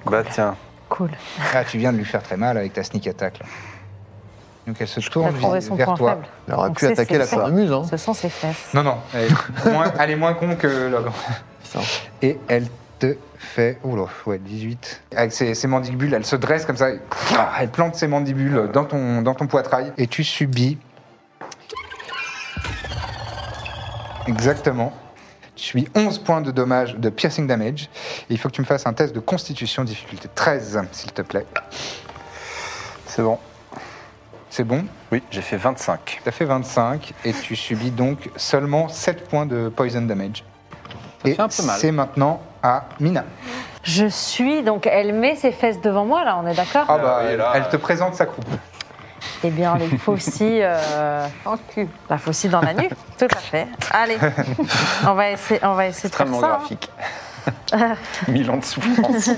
Speaker 3: Bah tiens,
Speaker 7: Cool.
Speaker 1: Ah, tu viens de lui faire très mal avec ta sneak attack. Là. Donc elle se
Speaker 7: Il a
Speaker 1: tourne
Speaker 7: trouvé son
Speaker 1: vers
Speaker 7: point
Speaker 1: toi.
Speaker 7: faible.
Speaker 2: Il aurait
Speaker 7: Donc
Speaker 2: pu
Speaker 7: c'est-
Speaker 2: attaquer la
Speaker 7: c'est-
Speaker 2: cornemuse, hein.
Speaker 7: Ce sont ses fesses.
Speaker 1: Non, non, elle est, moins, elle est moins con que Logan.
Speaker 2: Putain.
Speaker 1: Et elle te fait. Oula, ouais, 18. Avec ses, ses mandibules, elle se dresse comme ça. et- elle plante ses mandibules dans ton, dans ton poitrail. Et tu subis. Exactement. Tu subis 11 points de dommage, de piercing damage. Et il faut que tu me fasses un test de constitution, difficulté 13, s'il te plaît.
Speaker 3: c'est bon.
Speaker 1: C'est bon
Speaker 3: Oui, j'ai fait 25.
Speaker 1: T'as fait 25 et tu subis donc seulement 7 points de poison damage. et
Speaker 3: fait un peu mal.
Speaker 1: c'est maintenant à Mina. Ah
Speaker 7: Je suis, donc elle met ses fesses devant moi, là, on est d'accord
Speaker 1: Ah bah,
Speaker 3: oui, là,
Speaker 1: elle te présente sa croupe.
Speaker 7: Eh bien, les faucilles. euh, La faucille dans la nuque, tout à fait. Allez, on va essayer, on va essayer de faire *laughs*
Speaker 3: Extrêmement
Speaker 7: ça. hein.
Speaker 3: graphique. Mille ans
Speaker 7: *laughs*
Speaker 3: de souffrance.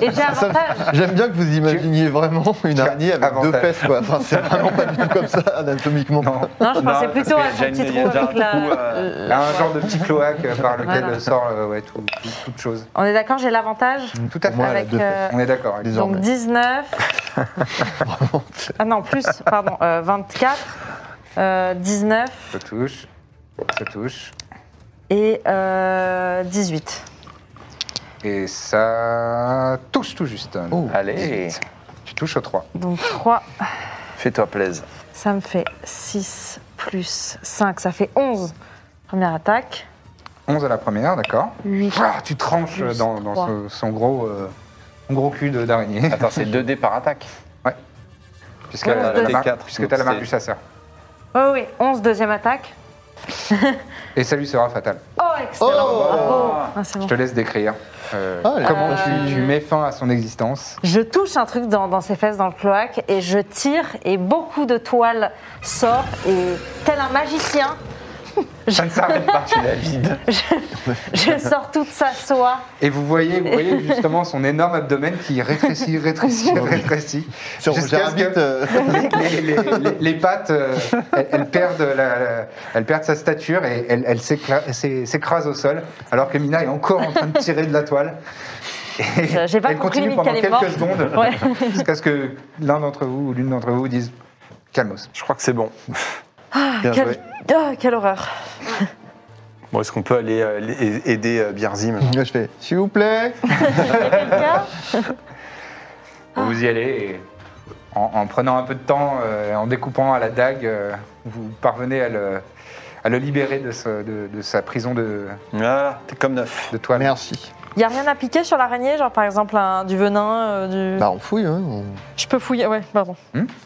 Speaker 4: Et j'ai avantage.
Speaker 2: J'aime bien que vous imaginiez vraiment une araignée avec deux
Speaker 1: Ah. avantage.
Speaker 2: fesses, quoi. Enfin, c'est vraiment pas du tout comme ça, anatomiquement. Ah,
Speaker 4: Non, je pensais
Speaker 3: Non,
Speaker 4: plutôt à
Speaker 3: parce
Speaker 4: son
Speaker 3: qu'il y a déjà-
Speaker 4: petit
Speaker 3: il y a
Speaker 4: trou
Speaker 3: déjà un
Speaker 4: avec
Speaker 3: trou,
Speaker 4: la.
Speaker 3: euh,
Speaker 4: la-
Speaker 1: Un genre de petit cloaque euh, par lequel
Speaker 4: Voilà.
Speaker 1: sort euh, ouais, tout- tout- toute chose.
Speaker 4: On est d'accord, j'ai l'avantage
Speaker 1: Tout à fait.
Speaker 2: Moi, elle a
Speaker 4: avec.
Speaker 2: deux
Speaker 4: euh,
Speaker 1: On est d'accord. Alex.
Speaker 2: Désormais.
Speaker 4: Donc 19.
Speaker 2: *laughs*
Speaker 4: ah non, plus, pardon, euh, 24. euh, 19
Speaker 1: Ça touche. Ça touche.
Speaker 4: et euh, 18.
Speaker 1: Et ça touche tout juste.
Speaker 3: Oh. Allez,
Speaker 1: Tu touches au 3.
Speaker 4: Donc 3,
Speaker 3: fais-toi plaisir.
Speaker 4: ça me fait 6 plus 5, ça fait 11. Première attaque.
Speaker 1: 11 à la première, d'accord.
Speaker 4: 8.
Speaker 1: Ah, tu tranches
Speaker 4: Plus
Speaker 1: dans, dans
Speaker 4: trois.
Speaker 1: ce- son gros, euh, son gros cul de- d'araignée.
Speaker 3: Attends, c'est 2 dés par attaque.
Speaker 1: Puisque tu as
Speaker 4: onze, deux.
Speaker 1: la, marque-
Speaker 3: Quatre,
Speaker 1: puisque t'as la marque
Speaker 3: c'est-
Speaker 1: du chasseur.
Speaker 4: Oh oui, 11, deuxième attaque.
Speaker 1: Et ça lui sera fatal.
Speaker 4: Oh, excellent.
Speaker 2: Oh.
Speaker 4: bravo. Ah, c'est
Speaker 1: Je
Speaker 4: bon.
Speaker 1: te laisse décrire euh,
Speaker 2: Ah, elle est
Speaker 1: comment
Speaker 2: pas
Speaker 1: tu, tu mets fin à son existence.
Speaker 4: Je touche un truc dans, dans ses fesses, dans le cloaque, et je tire, et beaucoup de toile sort, et tel un magicien, *laughs*
Speaker 1: Ça ne s'arrête pas.
Speaker 3: Tu la vides.
Speaker 4: je sors toute sa soie.
Speaker 1: Et vous voyez, vous voyez justement son énorme abdomen qui rétrécit,
Speaker 2: *laughs*
Speaker 1: rétrécit, rétrécit.
Speaker 2: Sur
Speaker 1: Jusqu'à ce
Speaker 2: Roger Rabbit, euh,
Speaker 1: les, les- les- les pattes, euh, elles, elles perdent la- la- elles perdent sa stature et elles, elles s'écla- s'é- s'écrasent au sol, alors que Mina est encore en train de tirer de la toile. Et
Speaker 4: J'ai pas
Speaker 1: elle
Speaker 4: compris,
Speaker 1: continue pendant
Speaker 4: Mika est
Speaker 1: quelques
Speaker 4: morte.
Speaker 1: secondes
Speaker 4: Ouais.
Speaker 1: jusqu'à ce que l'un d'entre vous ou l'une d'entre vous dise Calmos.
Speaker 3: Je crois que c'est bon.
Speaker 2: bien
Speaker 4: Quelle-
Speaker 2: joué.
Speaker 4: Ah, quelle horreur.
Speaker 3: Bon, est-ce qu'on peut aller euh, les- aider euh, Biarzi maintenant
Speaker 2: Moi, je fais, s'il vous plaît.
Speaker 1: Vous y allez et en, en prenant un peu de temps, euh, en découpant à la dague, euh, vous parvenez à le, à le libérer de, ce- de- de sa prison de,
Speaker 3: Ah, t'es comme neuf.
Speaker 1: de toile.
Speaker 2: Merci.
Speaker 4: Y a rien à piquer sur l'araignée, genre par exemple un- du venin, euh, du.
Speaker 2: Bah, on fouille, hein. on-
Speaker 4: Je peux fouiller, ouais, pardon.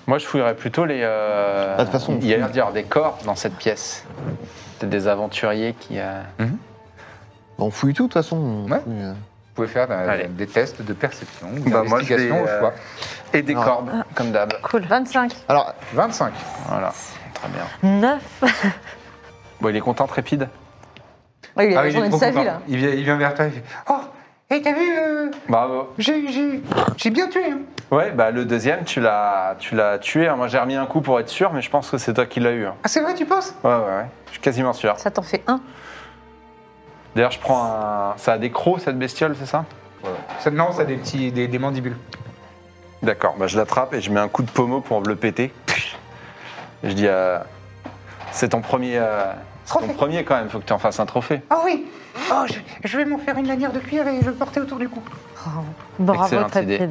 Speaker 3: Moi, je fouillerais plutôt les. euh,
Speaker 2: Ah, de toute façon,
Speaker 3: il y a l'air d'y avoir des corps dans cette pièce. Peut-être des aventuriers qui. euh,
Speaker 2: On fouille tout, de toute façon. on
Speaker 1: Ouais.
Speaker 2: fouille, euh.
Speaker 1: Vous pouvez faire euh,
Speaker 3: Allez.
Speaker 1: des tests de perception, ou
Speaker 3: Bah, moi, je vais,
Speaker 1: d'investigation au
Speaker 3: euh,
Speaker 1: choix.
Speaker 3: Et des
Speaker 2: Ah.
Speaker 3: cordes, comme d'hab.
Speaker 4: Cool. 25.
Speaker 2: Alors,
Speaker 1: 25.
Speaker 3: Voilà, très bien.
Speaker 4: 9.
Speaker 3: Bon, il est content, Trépide
Speaker 7: Ouais, il a
Speaker 1: Ah oui, il, est
Speaker 7: journée de
Speaker 1: trop
Speaker 7: sa vie,
Speaker 1: content.
Speaker 7: là.
Speaker 1: Il vient, il vient vers toi, il fait Oh, et t'as vu, euh,
Speaker 3: Bravo.
Speaker 1: j'ai- j'ai j'ai bien tué. hein.
Speaker 3: Ouais, bah le deuxième, tu l'as tu l'as tué. hein. Moi, j'ai remis un coup pour être sûr, mais je pense que c'est toi qui l'as eu. hein.
Speaker 1: Ah, c'est vrai, tu penses
Speaker 3: Ouais, ouais, ouais. Je suis quasiment sûr.
Speaker 7: Ça t'en fait un.
Speaker 3: D'ailleurs, je prends un. Ça a des crocs, cette bestiole, c'est ça
Speaker 1: ça, Non, ça a des, petits, des, des mandibules.
Speaker 3: D'accord, bah, je l'attrape et je mets un coup de pommeau pour le péter. Je dis euh, C'est ton premier. euh, c'est ton
Speaker 1: Trophée.
Speaker 3: premier quand même, faut que tu en fasses un trophée.
Speaker 1: Ah oui Oh, je, je vais m'en faire une lanière de cuir et je le porter autour du cou.
Speaker 4: Bravo,
Speaker 3: Excellente
Speaker 4: Trépide.
Speaker 3: idée.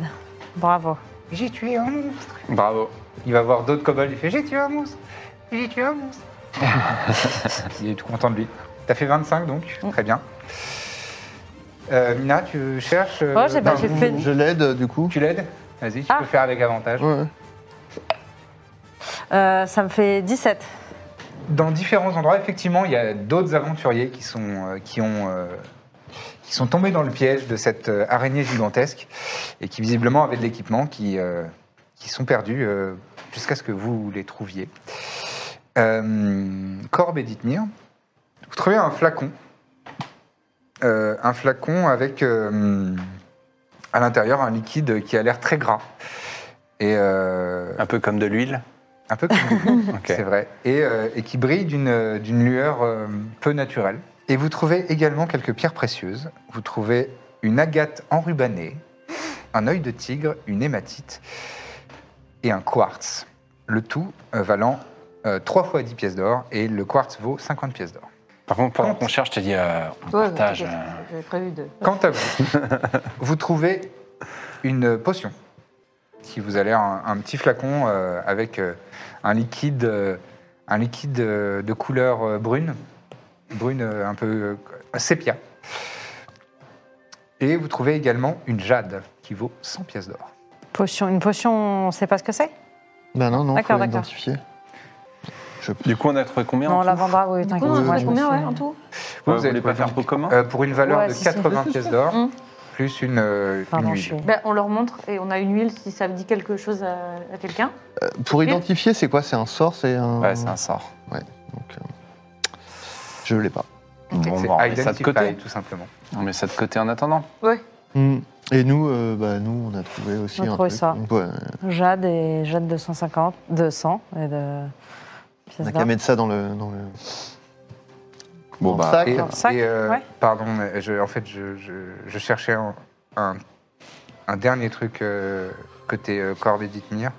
Speaker 4: Bravo.
Speaker 1: J'ai tué un monstre.
Speaker 3: Bravo.
Speaker 1: Il va voir d'autres kobolds, il fait J'ai tué un monstre. J'ai tué un monstre. *laughs* il est tout content de lui. Mm. T'as fait 25 donc, très bien. Euh, Mina, tu cherches. euh,
Speaker 4: Ouais, Oh, j'ai pas-
Speaker 1: non,
Speaker 4: Bah, j'ai
Speaker 1: vous-
Speaker 4: fait-
Speaker 2: je l'aide, euh, du coup.
Speaker 1: Tu l'aides Vas-y, tu
Speaker 4: Ah.
Speaker 1: peux faire avec avantage.
Speaker 2: Ouais.
Speaker 4: Euh, ça me fait 17.
Speaker 1: Dans différents endroits, effectivement, il y a d'autres aventuriers qui sont, euh, qui, ont, euh, qui sont tombés dans le piège de cette euh, araignée gigantesque et qui visiblement avaient de l'équipement qui, euh, qui sont perdus euh, jusqu'à ce que vous les trouviez. Euh, Corbe et Dithmir, vous trouvez un flacon. Euh, un flacon avec euh, à l'intérieur un liquide qui a l'air très gras. Et euh,
Speaker 3: Un peu comme de l'huile.
Speaker 1: un peu comme
Speaker 3: Ok.
Speaker 1: c'est vrai. Et, euh, et qui brille d'une euh, d'une lueur euh, peu naturelle. Et vous trouvez également quelques pierres précieuses. Vous trouvez une agate enrubannée, un œil de tigre, une hématite et un quartz. Le tout euh, valant 3 fois 10 pièces d'or et le quartz vaut 50 pièces d'or.
Speaker 3: Par contre, pendant
Speaker 1: Quand-
Speaker 3: qu'on cherche, je te dis euh, on
Speaker 7: Ouais,
Speaker 3: partage.
Speaker 7: t'inquiète,
Speaker 3: euh,
Speaker 7: J'avais prévu de.
Speaker 1: Quant à vous, *laughs* vous trouvez une potion qui vous a l'air un, un petit flacon euh, avec euh, un liquide, euh, un liquide euh, de couleur euh, brune, brune euh, un peu euh, sépia. Et vous trouvez également une jade qui vaut 100 pièces d'or.
Speaker 4: Potion, une potion, on sait pas ce que c'est
Speaker 2: Ben non, non,
Speaker 4: D'accord,
Speaker 2: faut
Speaker 4: d'accord.
Speaker 2: l'identifier.
Speaker 3: Du coup, on a trouvé combien
Speaker 4: Non,
Speaker 3: en
Speaker 4: on
Speaker 3: tout
Speaker 4: la vendra, oui,
Speaker 7: Du coup, on
Speaker 4: t'inquiète.
Speaker 7: en
Speaker 4: moi,
Speaker 7: a
Speaker 4: je
Speaker 7: combien,
Speaker 4: me
Speaker 7: ouais,
Speaker 4: souviens.
Speaker 7: en tout
Speaker 3: Ouais,
Speaker 1: Vous
Speaker 3: Vous
Speaker 1: avez
Speaker 3: voulez pas
Speaker 1: trouvé
Speaker 3: faire pot commun
Speaker 1: Euh, pour une valeur
Speaker 4: Ouais,
Speaker 1: de
Speaker 4: si, si.
Speaker 1: 80 pièces d'or,
Speaker 7: Hum.
Speaker 1: plus une, euh, une
Speaker 4: Pardon,
Speaker 1: huile.
Speaker 4: je suis-
Speaker 7: Bah, on leur montre et on a une huile si ça dit quelque chose à, à quelqu'un.
Speaker 2: Pour identifier, c'est quoi C'est un sort C'est un.
Speaker 3: Ouais, c'est un sort.
Speaker 2: Donc, euh, je l'ai pas.
Speaker 3: Bon,
Speaker 1: C'est
Speaker 3: bah, on met ça de
Speaker 1: identify,
Speaker 3: côté.
Speaker 1: tout simplement.
Speaker 3: On met ça de côté en attendant.
Speaker 2: Hmm. Et nous, euh, bah, nous, on a trouvé aussi
Speaker 4: On a
Speaker 2: un
Speaker 4: trouvé
Speaker 2: truc. euh,
Speaker 4: ça.
Speaker 2: Donc, ouais,
Speaker 4: Jade et Jade 250, 200 et de
Speaker 2: on
Speaker 4: pièces
Speaker 2: a
Speaker 4: d'or.
Speaker 2: qu'à mettre ça dans le, dans le
Speaker 3: Bon,
Speaker 2: dans le
Speaker 3: bah,
Speaker 2: sac.
Speaker 1: Et,
Speaker 2: là.
Speaker 4: sac,
Speaker 1: et, euh,
Speaker 4: ouais.
Speaker 1: pardon, mais je, en fait, je, je- je cherchais un, un- un dernier truc euh, côté euh, corps d'Edithmir.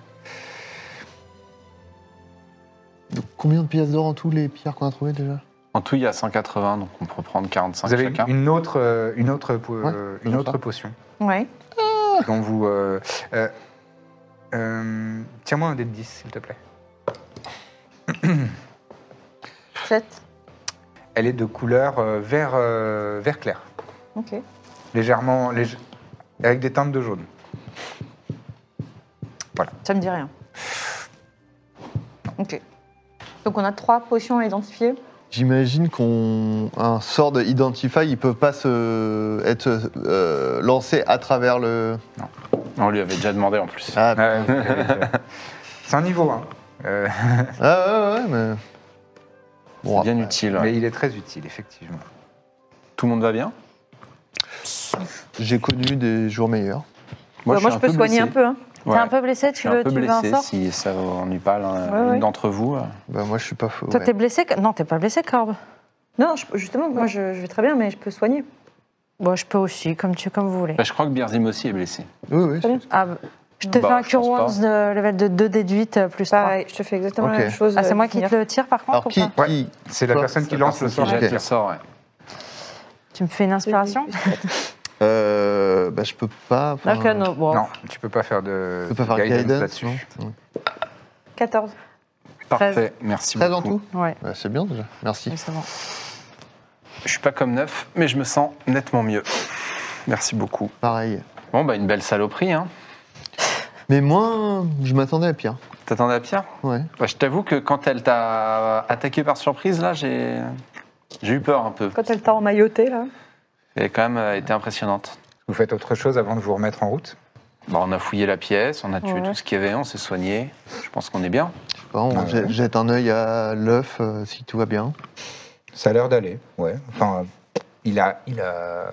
Speaker 2: Donc, combien de pièces d'or en tout les pierres qu'on a trouvées déjà
Speaker 3: En tout, il y a 180, donc on peut prendre 45
Speaker 1: Vous avez
Speaker 3: chacun.
Speaker 1: une autre, euh, une autre, po-
Speaker 2: Ouais,
Speaker 1: euh,
Speaker 2: je
Speaker 1: une
Speaker 2: vois
Speaker 1: autre
Speaker 2: ça.
Speaker 1: potion
Speaker 6: Ouais.
Speaker 1: dont vous. euh, euh, euh, Tiens-moi un dé de 10, s'il te plaît.
Speaker 6: 7.
Speaker 1: Elle est de couleur euh, vert, euh, vert clair,
Speaker 6: Ok.
Speaker 1: légèrement. lége- avec des teintes de jaune.
Speaker 6: Ça me dit rien. Ok. Donc on a trois potions à identifier.
Speaker 2: J'imagine qu'on un sort de Identify, il peut pas se être euh, lancé à travers le.
Speaker 3: On lui avait déjà demandé en plus.
Speaker 2: Ah,
Speaker 1: Ouais, vous avez, euh, C'est un niveau hein. Euh, 1,
Speaker 2: ah, ouais, ouais, mais bon,
Speaker 3: Bien
Speaker 2: après,
Speaker 3: utile.
Speaker 1: mais il est très utile, effectivement.
Speaker 3: Tout le monde va bien
Speaker 2: J'ai connu des jours meilleurs.
Speaker 6: Bah,
Speaker 3: suis un peu blessé.
Speaker 6: hein.
Speaker 4: T'es
Speaker 3: Ouais.
Speaker 4: un peu blessé,
Speaker 3: Je suis
Speaker 4: tu,
Speaker 3: un
Speaker 4: veux,
Speaker 3: peu
Speaker 4: tu veux un
Speaker 3: blessé
Speaker 4: sort
Speaker 3: si ça vous ennuie pas l'un
Speaker 6: Ouais, ouais.
Speaker 3: l'une d'entre vous. euh.
Speaker 2: Bah moi je suis pas fou.
Speaker 4: Toi,
Speaker 2: ouais.
Speaker 4: t'es blessé Cor- Non, t'es pas blessé, Corbe.
Speaker 7: Non, je- justement, moi je, je vais très bien, mais je peux soigner.
Speaker 4: Bon, je peux aussi, comme tu comme vous voulez.
Speaker 3: Bah, je crois que Birzim aussi est blessé.
Speaker 2: Oui, oui.
Speaker 4: Ah, bah, je te
Speaker 3: Bah,
Speaker 4: fais un
Speaker 3: je
Speaker 4: cure
Speaker 3: pense pas.
Speaker 4: wounds de level de 2 déduite euh, plus 3.
Speaker 7: Pareil, je te fais exactement
Speaker 2: Ok.
Speaker 7: la même chose.
Speaker 4: Ah, c'est
Speaker 7: euh,
Speaker 4: moi qui
Speaker 7: finir.
Speaker 4: te le tire, par contre
Speaker 2: Alors
Speaker 4: ou
Speaker 2: qui,
Speaker 4: pas
Speaker 1: Ouais.
Speaker 2: qui-
Speaker 1: C'est la
Speaker 2: Toi,
Speaker 1: personne qui
Speaker 3: La
Speaker 1: lance le
Speaker 3: personne
Speaker 1: sort.
Speaker 3: qui jette
Speaker 2: Ok.
Speaker 3: le sort, ouais.
Speaker 4: Tu me fais une
Speaker 6: *laughs*
Speaker 4: inspiration
Speaker 2: euh, bah, je peux pas. enfin,
Speaker 3: Euh,
Speaker 4: Ok, non, bon.
Speaker 1: Non, tu peux pas faire de
Speaker 2: Je peux pas faire guidance,
Speaker 1: là-dessus.
Speaker 2: non
Speaker 7: 14.
Speaker 3: Parfait, merci
Speaker 2: 13 en
Speaker 3: beaucoup.
Speaker 2: tout
Speaker 4: Ouais,
Speaker 2: Bah, C'est bien déjà. Merci.
Speaker 4: mais c'est bon.
Speaker 3: Je suis pas comme neuf, mais je me sens nettement mieux. Merci beaucoup.
Speaker 2: Pareil.
Speaker 3: Bon, bah une belle saloperie, hein.
Speaker 2: Mais moi, je m'attendais à pire.
Speaker 3: T'attendais à Pierre
Speaker 2: Ouais.
Speaker 3: Bah, Je t'avoue que quand elle t'a attaqué par surprise, là, j'ai j'ai eu peur un peu.
Speaker 7: Quand elle t'a emmailloté, là.
Speaker 3: Elle a quand même euh, été impressionnante.
Speaker 1: Vous faites autre chose avant de vous remettre en route
Speaker 3: Bah, on a fouillé la pièce, on a tué tout ce qu'il y avait, on s'est soigné. Je pense qu'on est bien.
Speaker 2: Je sais pas, on
Speaker 1: Ah ouais.
Speaker 2: je- jette un œil à l'œuf euh, si tout va bien.
Speaker 1: Ça a l'air d'aller, ouais. Enfin, euh, il a, il a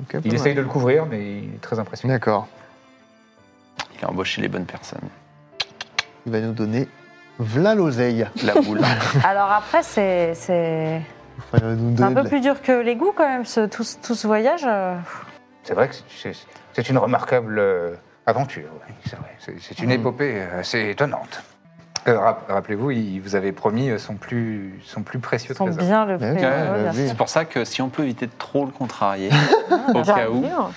Speaker 2: Ok, pas
Speaker 1: Il
Speaker 2: mal.
Speaker 1: essaye de le couvrir, mais il est très impressionné.
Speaker 2: D'accord.
Speaker 3: Il a embauché les bonnes personnes.
Speaker 2: Il va nous donner v'là l'oseille.
Speaker 3: La boule.
Speaker 4: Alors après, c'est c'est-
Speaker 2: Enfin, il va nous
Speaker 4: c'est un
Speaker 2: donner
Speaker 4: peu
Speaker 2: de la-
Speaker 4: plus dur que les goûts, quand même, ce, tout, ce- tout ce voyage. euh.
Speaker 1: C'est vrai que c'est- c'est c'est une remarquable euh, aventure. oui, c'est vrai. C'est- C'est
Speaker 3: Mm.
Speaker 1: une épopée assez étonnante. Euh, rap- Rappelez-vous, il vous avait promis euh, son plus, son plus précieux
Speaker 4: Ils sont
Speaker 1: trésor.
Speaker 4: bien le
Speaker 2: Ouais,
Speaker 4: prix,
Speaker 2: ouais,
Speaker 4: ouais, bien
Speaker 2: ouais,
Speaker 4: sûr.
Speaker 2: oui.
Speaker 3: C'est pour ça que si on peut éviter de trop le contrarier, au
Speaker 6: J'ai
Speaker 3: cas
Speaker 6: envie de
Speaker 3: où.
Speaker 6: dire.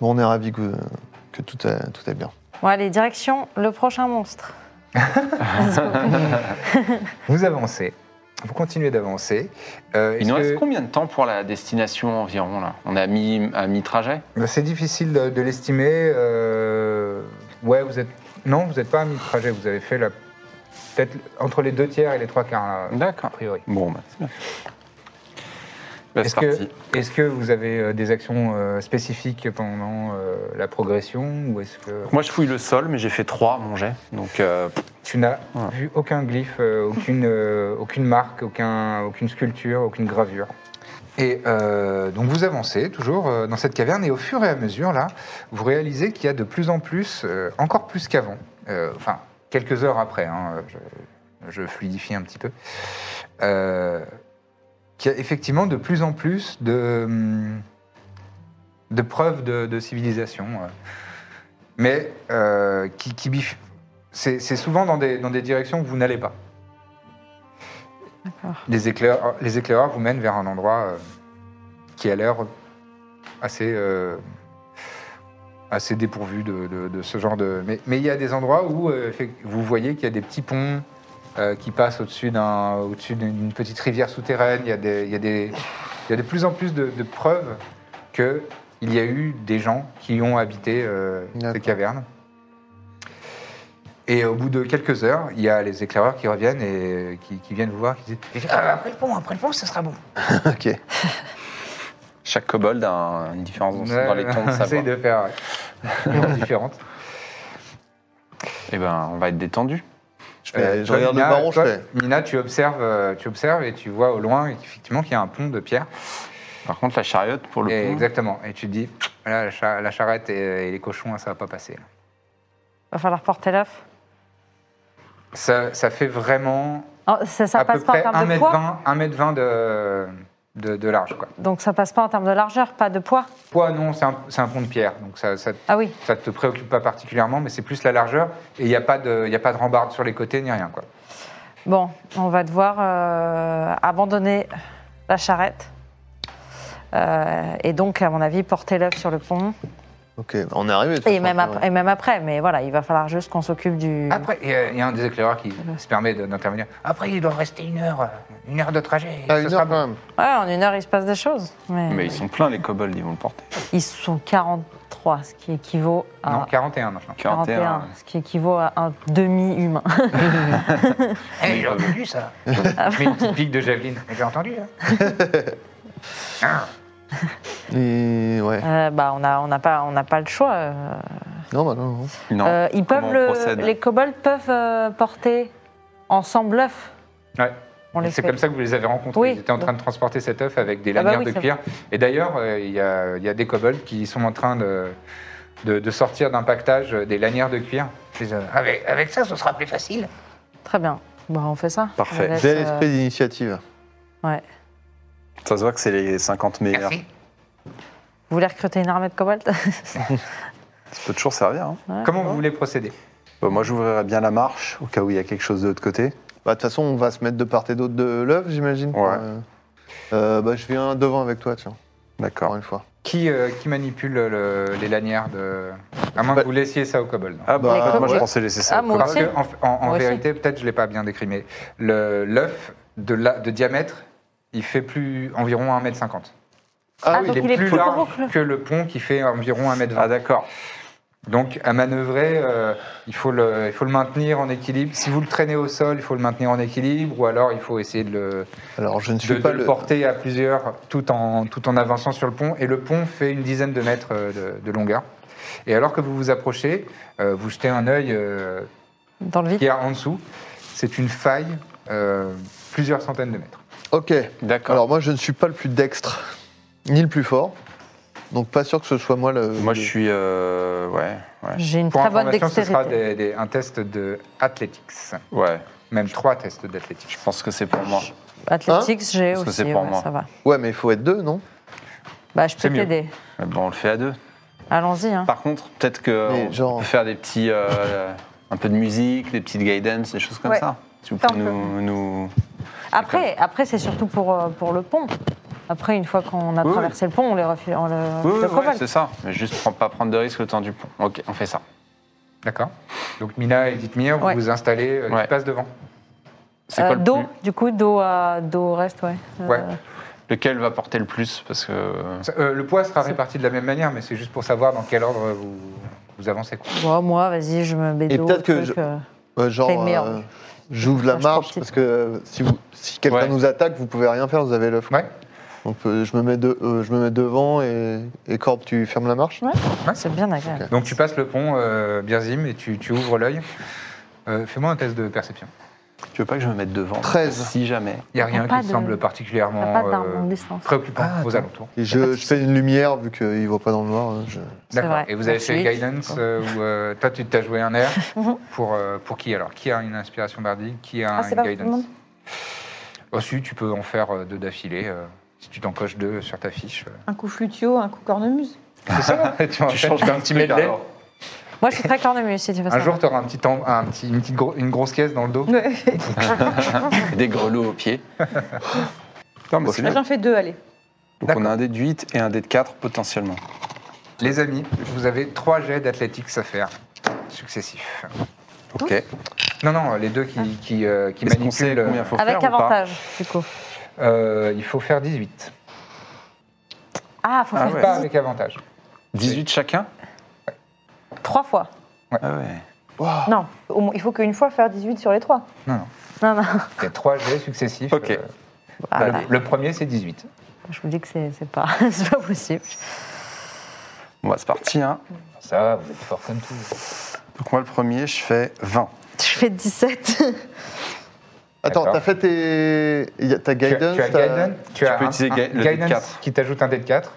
Speaker 2: Bon, on est ravis que, que tout, a- tout est bien.
Speaker 4: Bon, allez, direction le prochain monstre. Let's go.
Speaker 1: Vous avancez, vous continuez d'avancer. Euh,
Speaker 3: Il nous
Speaker 1: est-ce
Speaker 3: reste
Speaker 1: que-
Speaker 3: combien de temps pour la destination environ là On est à mi- à mi-trajet
Speaker 1: Bah, C'est difficile de, de l'estimer. euh, Ouais, vous êtes. Non, vous n'êtes pas à mi-trajet. Vous avez fait la. Peut-être entre les deux tiers et les trois quarts, là, a
Speaker 3: D'accord.
Speaker 1: priori.
Speaker 3: Bon, bah, c'est bien. Bah,
Speaker 1: Est-ce
Speaker 3: c'est
Speaker 1: que,
Speaker 3: parti.
Speaker 1: est-ce que vous avez euh, des actions euh, spécifiques pendant euh, la progression ou est-ce que
Speaker 3: Moi, je fouille le sol, mais j'ai fait 3 mon jet. Donc, euh,
Speaker 1: tu n'as vu aucun glyphe, euh, aucune, euh, aucune marque, aucun, aucune sculpture, aucune gravure Et euh, donc vous avancez toujours euh, dans cette caverne et au fur et à mesure, là, vous réalisez qu'il y a de plus en plus, euh, encore plus qu'avant, euh, enfin quelques heures après, hein, je, je fluidifie un petit peu, euh, qu'il y a effectivement de plus en plus de, hum, de preuves de, de civilisation. euh. mais euh, qui, qui bif- c'est c'est souvent dans des, dans des directions que vous n'allez pas. Les éclaireurs, les éclaireurs vous mènent vers un endroit euh, qui a l'air assez, euh, assez dépourvu de, de- de ce genre de. Mais mais il y a des endroits où euh, effect- vous voyez qu'il y a des petits ponts euh, qui passent au-dessus d'un- au-dessus d'une d'une petite rivière souterraine. Il y, a des, il, y a des, il y a de plus en plus de, de preuves qu'il y a eu des gens qui ont habité euh, ces cavernes. Et au bout de quelques heures, il y a les éclaireurs qui reviennent et qui, qui viennent vous voir, qui disent Ah, après le pont, après le pont, ce sera bon.
Speaker 2: ok.
Speaker 3: chaque kobold a un- une différence dans, dans les
Speaker 1: *laughs*
Speaker 3: *laughs* tons de sa
Speaker 1: Essaye
Speaker 3: voix.
Speaker 1: de faire ouais, une
Speaker 2: *laughs*
Speaker 1: différente.
Speaker 3: Eh ben, on va être détendu.
Speaker 2: Je, fais-
Speaker 1: Euh,
Speaker 2: je
Speaker 1: toi,
Speaker 2: regarde
Speaker 1: Mina,
Speaker 2: le baron,
Speaker 1: toi,
Speaker 2: je fais.
Speaker 1: Mina, tu observes, euh, tu observes et tu vois au loin effectivement qu'il y a un pont de pierre.
Speaker 3: Par contre, la chariote pour le
Speaker 1: Et
Speaker 4: Mmh.
Speaker 3: pont.
Speaker 1: Exactement. Et tu te dis Là, la, cha- la charrette et, et les cochons, ça va pas passer.
Speaker 4: Va falloir porter l'œuf.
Speaker 1: Ça, ça fait vraiment
Speaker 4: Oh, ça, ça
Speaker 1: à peu
Speaker 4: passe pas en
Speaker 1: près
Speaker 4: termes de
Speaker 1: 1m20,
Speaker 4: poids
Speaker 1: 1m20 de, de, de large. Quoi.
Speaker 4: Donc ça passe pas en termes de largeur, pas de poids
Speaker 1: Poids, non, c'est un, c'est un pont de pierre, donc ça ça,
Speaker 4: Ah oui.
Speaker 1: ça te préoccupe pas particulièrement, mais c'est plus la largeur, et il n'y a, pas de- y a pas de rambarde sur les côtés, ni rien. Quoi.
Speaker 4: Bon, on va devoir euh, abandonner la charrette. Euh, et donc, à mon avis, porter l'œuf sur le pont.
Speaker 2: Ok, on est arrivé. de toute
Speaker 4: Et
Speaker 2: façon,
Speaker 4: même,
Speaker 2: après,
Speaker 4: après, et même après, mais voilà, il va falloir juste qu'on s'occupe du.
Speaker 1: Après, il y, a- y a un des éclaireurs qui se permet de- d'intervenir. Après, il doit rester une heure, euh, une heure de trajet.
Speaker 2: Ah,
Speaker 1: ce
Speaker 2: une
Speaker 1: sera
Speaker 2: heure
Speaker 1: bon.
Speaker 2: quand même.
Speaker 4: Ouais, en une heure, il se passe des choses. Mais,
Speaker 3: Mais ils sont pleins, les kobolds, ils vont le porter.
Speaker 4: ils sont 43, ce qui équivaut à.
Speaker 1: Non, 41 maintenant.
Speaker 3: 41.
Speaker 4: ce qui équivaut à un demi-humain.
Speaker 1: Eh, j'ai entendu
Speaker 2: *laughs*
Speaker 1: ça.
Speaker 2: Ah.
Speaker 1: Je mets une petite pique de
Speaker 4: *laughs*
Speaker 1: javeline. Mais J'ai entendu. hein.
Speaker 2: Et ouais.
Speaker 4: Euh, bah, on n'a on n'a pas, on n'a pas le choix. euh.
Speaker 2: Non, bah non. non.
Speaker 3: Non.
Speaker 4: Euh, ils
Speaker 3: Comment
Speaker 4: peuvent
Speaker 3: on
Speaker 4: le-
Speaker 3: procède
Speaker 4: les kobolds peuvent euh, porter ensemble l'œuf.
Speaker 1: Ouais.
Speaker 4: On les
Speaker 1: C'est
Speaker 4: fait.
Speaker 1: comme ça que vous les avez rencontrés.
Speaker 4: Oui.
Speaker 1: Ils étaient en train de transporter cet œuf avec des
Speaker 4: Ah bah
Speaker 1: lanières
Speaker 4: oui,
Speaker 1: de
Speaker 4: ça-
Speaker 1: cuir. Et d'ailleurs, euh, il y a- il y, a des kobolds qui sont en train de, de, de sortir d'un pactage euh, des lanières de cuir. Je les ai- Avec, avec ça, ce sera plus facile.
Speaker 4: Très bien. Bah, on fait ça.
Speaker 3: Parfait.
Speaker 4: On laisse,
Speaker 2: Bel
Speaker 4: euh,
Speaker 2: esprit d'initiative.
Speaker 4: ouais.
Speaker 3: Ça se voit que c'est les 50 meilleurs.
Speaker 1: Merci.
Speaker 4: Vous voulez recruter une armée de kobolds
Speaker 3: Ça peut toujours servir. hein.
Speaker 4: Ah,
Speaker 1: Comment vous voulez procéder
Speaker 3: Bah, moi, j'ouvrirais bien la marche au cas où il y a quelque chose de l'autre côté.
Speaker 2: Bah, de toute façon, on va se mettre de part et d'autre de l'œuf, j'imagine.
Speaker 3: Ouais.
Speaker 2: Euh, euh, bah, je viens devant avec toi, tiens, encore
Speaker 3: D'accord.
Speaker 2: une fois.
Speaker 1: qui, euh, qui manipule le- les lanières de. À moins que
Speaker 2: Bah-
Speaker 1: vous laissiez ça aux kobolds.
Speaker 3: Ah
Speaker 2: Les
Speaker 3: bah, moi,
Speaker 2: kobolds.
Speaker 3: je pensais laisser ça.
Speaker 4: *laughs* Ah,
Speaker 3: au
Speaker 4: moi
Speaker 3: kobold.
Speaker 1: Parce
Speaker 4: aussi.
Speaker 1: que, en, en- en
Speaker 4: Moi aussi.
Speaker 1: vérité, peut-être je ne l'ai pas bien décrit, mais le- l'œuf de, la- de diamètre, il fait plus environ 1m50.
Speaker 2: Ah,
Speaker 4: Ah,
Speaker 2: oui,
Speaker 4: donc il est
Speaker 1: plus
Speaker 4: plus
Speaker 1: large
Speaker 4: gros que le-
Speaker 1: que le pont qui fait environ 1m20.
Speaker 3: Ah, d'accord.
Speaker 1: Donc, à manœuvrer, euh, il, faut le, il faut le maintenir en équilibre. Si vous le traînez au sol, il faut le maintenir en équilibre, ou alors il faut essayer de le,
Speaker 2: alors je ne suis
Speaker 1: de- de
Speaker 2: pas
Speaker 1: le
Speaker 2: le.
Speaker 1: porter à plusieurs tout en, tout en avançant sur le pont. Et le pont fait une dizaine de mètres euh, de, de longueur. Et alors que vous vous approchez, euh, vous jetez un œil euh,
Speaker 4: Dans le vide.
Speaker 1: qui est en dessous. C'est une faille, euh, plusieurs centaines de mètres.
Speaker 2: Ok.
Speaker 3: Ah, D'accord.
Speaker 2: Alors moi, je ne suis pas le plus dextre, ni le plus fort. Donc pas sûr que ce soit moi le.
Speaker 3: Moi,
Speaker 2: le-
Speaker 3: je suis. euh, Ouais, ouais.
Speaker 4: J'ai une
Speaker 1: Pour
Speaker 4: très bonne
Speaker 1: information, ce sera
Speaker 4: dextérité.
Speaker 1: des- des- un test de athletics.
Speaker 3: Ouais.
Speaker 1: Même trois tests d'athlétique.
Speaker 3: Je pense que c'est pour moi.
Speaker 4: Athletics, j'ai
Speaker 3: Hein Parce que
Speaker 4: aussi.
Speaker 3: c'est pour
Speaker 4: ouais,
Speaker 3: moi.
Speaker 4: Ça va.
Speaker 2: Ouais, mais il faut être deux, non
Speaker 4: Bah, je
Speaker 1: C'est
Speaker 4: peux
Speaker 1: mieux.
Speaker 4: t'aider.
Speaker 3: Eh ben, on le fait à deux.
Speaker 4: Allons-y. Hein.
Speaker 3: Par contre, peut-être qu'on
Speaker 2: Mais genre-
Speaker 3: peut faire des petits. euh, un peu de musique, des petites guidance, des choses comme
Speaker 4: Ouais.
Speaker 3: ça. Si vous
Speaker 4: Tant
Speaker 3: pouvez nous. nous-
Speaker 4: Après, après c'est surtout pour, euh, pour le pont. Après, une fois qu'on a
Speaker 3: Oui,
Speaker 4: traversé le pont, on les refile. On le,
Speaker 3: Oui, oui,
Speaker 4: le
Speaker 3: ouais,
Speaker 4: kobold.
Speaker 3: c'est ça. Mais juste prends- pas prendre de risques le temps du pont. Ok, on fait ça.
Speaker 1: D'accord Donc Mina et Dithmir, vous
Speaker 4: Ouais.
Speaker 1: vous installez, euh,
Speaker 3: Ouais.
Speaker 1: tu passes devant.
Speaker 3: C'est
Speaker 4: Euh,
Speaker 3: quoi le
Speaker 4: dos,
Speaker 3: plus-
Speaker 4: du coup, dos, à, dos au reste, ouais. Euh,
Speaker 1: Ouais.
Speaker 3: Lequel va porter le plus Parce que.
Speaker 1: Ça- euh, le poids sera réparti de la même manière, mais c'est juste pour savoir dans quel ordre vous, vous avancez. quoi.
Speaker 4: ouais, moi, vas-y, je me mets
Speaker 2: Et
Speaker 4: dos.
Speaker 2: peut-être que
Speaker 4: truc,
Speaker 2: je-
Speaker 4: euh,
Speaker 2: Ouais, genre,
Speaker 4: T'es le meilleur.
Speaker 2: euh, j'ouvre la
Speaker 4: Moi, je prends
Speaker 2: marche
Speaker 4: petit.
Speaker 2: parce que euh, si, vous- si quelqu'un
Speaker 3: Ouais.
Speaker 2: nous attaque, vous pouvez rien faire. Vous avez l'œuf.
Speaker 1: Ouais
Speaker 2: On peut- je, me mets de- euh, je me mets devant et, et Corbe, tu fermes la marche
Speaker 7: C'est bien agréable.
Speaker 1: Donc tu passes le pont, euh, Birzim, et tu, tu ouvres l'œil. Euh, Fais-moi un test de perception.
Speaker 3: Tu veux pas que je me mette devant
Speaker 2: 13.
Speaker 3: Si jamais.
Speaker 1: Il n'y a rien
Speaker 4: pas
Speaker 1: qui
Speaker 4: de-
Speaker 1: semble
Speaker 4: Il n'y a
Speaker 1: particulièrement
Speaker 4: pas d'arme
Speaker 1: euh,
Speaker 4: longue distance.
Speaker 1: préoccupant
Speaker 3: Ah,
Speaker 1: aux alentours.
Speaker 2: Et je, je fais une lumière vu qu'il ne voit pas dans le noir. euh, Je...
Speaker 1: D'accord.
Speaker 7: vrai.
Speaker 1: Et vous avez fait
Speaker 7: Ensuite,
Speaker 1: Guidance euh, où euh, toi tu t'as joué un
Speaker 6: *laughs*
Speaker 1: air pour, euh, pour qui alors Qui a une inspiration bardique Qui a
Speaker 6: Mhm. Ah,
Speaker 1: un
Speaker 6: c'est pas pour tout le
Speaker 1: Guidance
Speaker 6: monde
Speaker 1: Aussi, tu peux en faire euh, deux d'affilée euh, si tu t'en coches deux sur ta fiche. euh.
Speaker 6: Un coup flutio, un coup cornemuse.
Speaker 1: C'est ça Tu, en
Speaker 3: *laughs* Tu
Speaker 1: fais
Speaker 3: changes
Speaker 1: un
Speaker 3: d'un
Speaker 1: petit
Speaker 3: truc,
Speaker 1: medley.
Speaker 3: alors.
Speaker 7: Moi, je suis très cornemuse si tu veux ça. *laughs*
Speaker 1: Un jour, tu auras un petit, temps- un petit, une, petite gro- une grosse caisse dans le dos.
Speaker 6: Ouais.
Speaker 3: Des grelots aux pieds.
Speaker 1: Non, mais
Speaker 3: Bon,
Speaker 1: c'est
Speaker 3: c'est
Speaker 6: Ah,
Speaker 3: bien.
Speaker 6: J'en fais deux, allez.
Speaker 3: Donc
Speaker 1: D'accord.
Speaker 3: on a un dé de 8 et un dé de 4 potentiellement.
Speaker 1: Les amis, vous avez trois jets d'athlétiques à faire, successifs.
Speaker 3: Ok.
Speaker 1: Non, non, les deux qui,
Speaker 6: Ah.
Speaker 1: qui, euh, qui
Speaker 3: Est-ce qu'on sait
Speaker 1: manipulent. euh,
Speaker 3: combien faut
Speaker 7: Avec
Speaker 3: faire ou pas
Speaker 7: avantage, du coup.
Speaker 1: euh, il faut faire 18.
Speaker 7: Ah, faut
Speaker 3: Ah
Speaker 7: faire
Speaker 3: ouais.
Speaker 1: Pas avec avantage.
Speaker 3: 18 chacun
Speaker 7: trois fois.
Speaker 3: Ah ouais.
Speaker 4: Non, au moins, il faut qu'une fois faire 18 sur les trois.
Speaker 1: Non, non.
Speaker 7: Non, non.
Speaker 1: Il y a trois jets successifs. euh, bah,
Speaker 3: Ok.
Speaker 7: Ah,
Speaker 1: le, le premier, c'est 18.
Speaker 7: Je vous dis que c'est c'est pas, *laughs* c'est pas possible.
Speaker 3: Bon bah c'est parti hein.
Speaker 1: Ça va, vous êtes fort comme tout.
Speaker 3: Donc moi le premier je fais 20.
Speaker 7: Je fais 17.
Speaker 2: Attends,
Speaker 1: D'accord.
Speaker 2: t'as fait tes. y a- T'as
Speaker 1: Tu as,
Speaker 2: guidance
Speaker 1: tu as
Speaker 2: t'as-
Speaker 1: Guidance, tu
Speaker 3: Tu
Speaker 1: as
Speaker 3: peux
Speaker 1: un-
Speaker 3: utiliser
Speaker 1: un
Speaker 3: Ga- le dé de
Speaker 1: Guidance
Speaker 3: quatre.
Speaker 1: qui t'ajoute un dé de 4.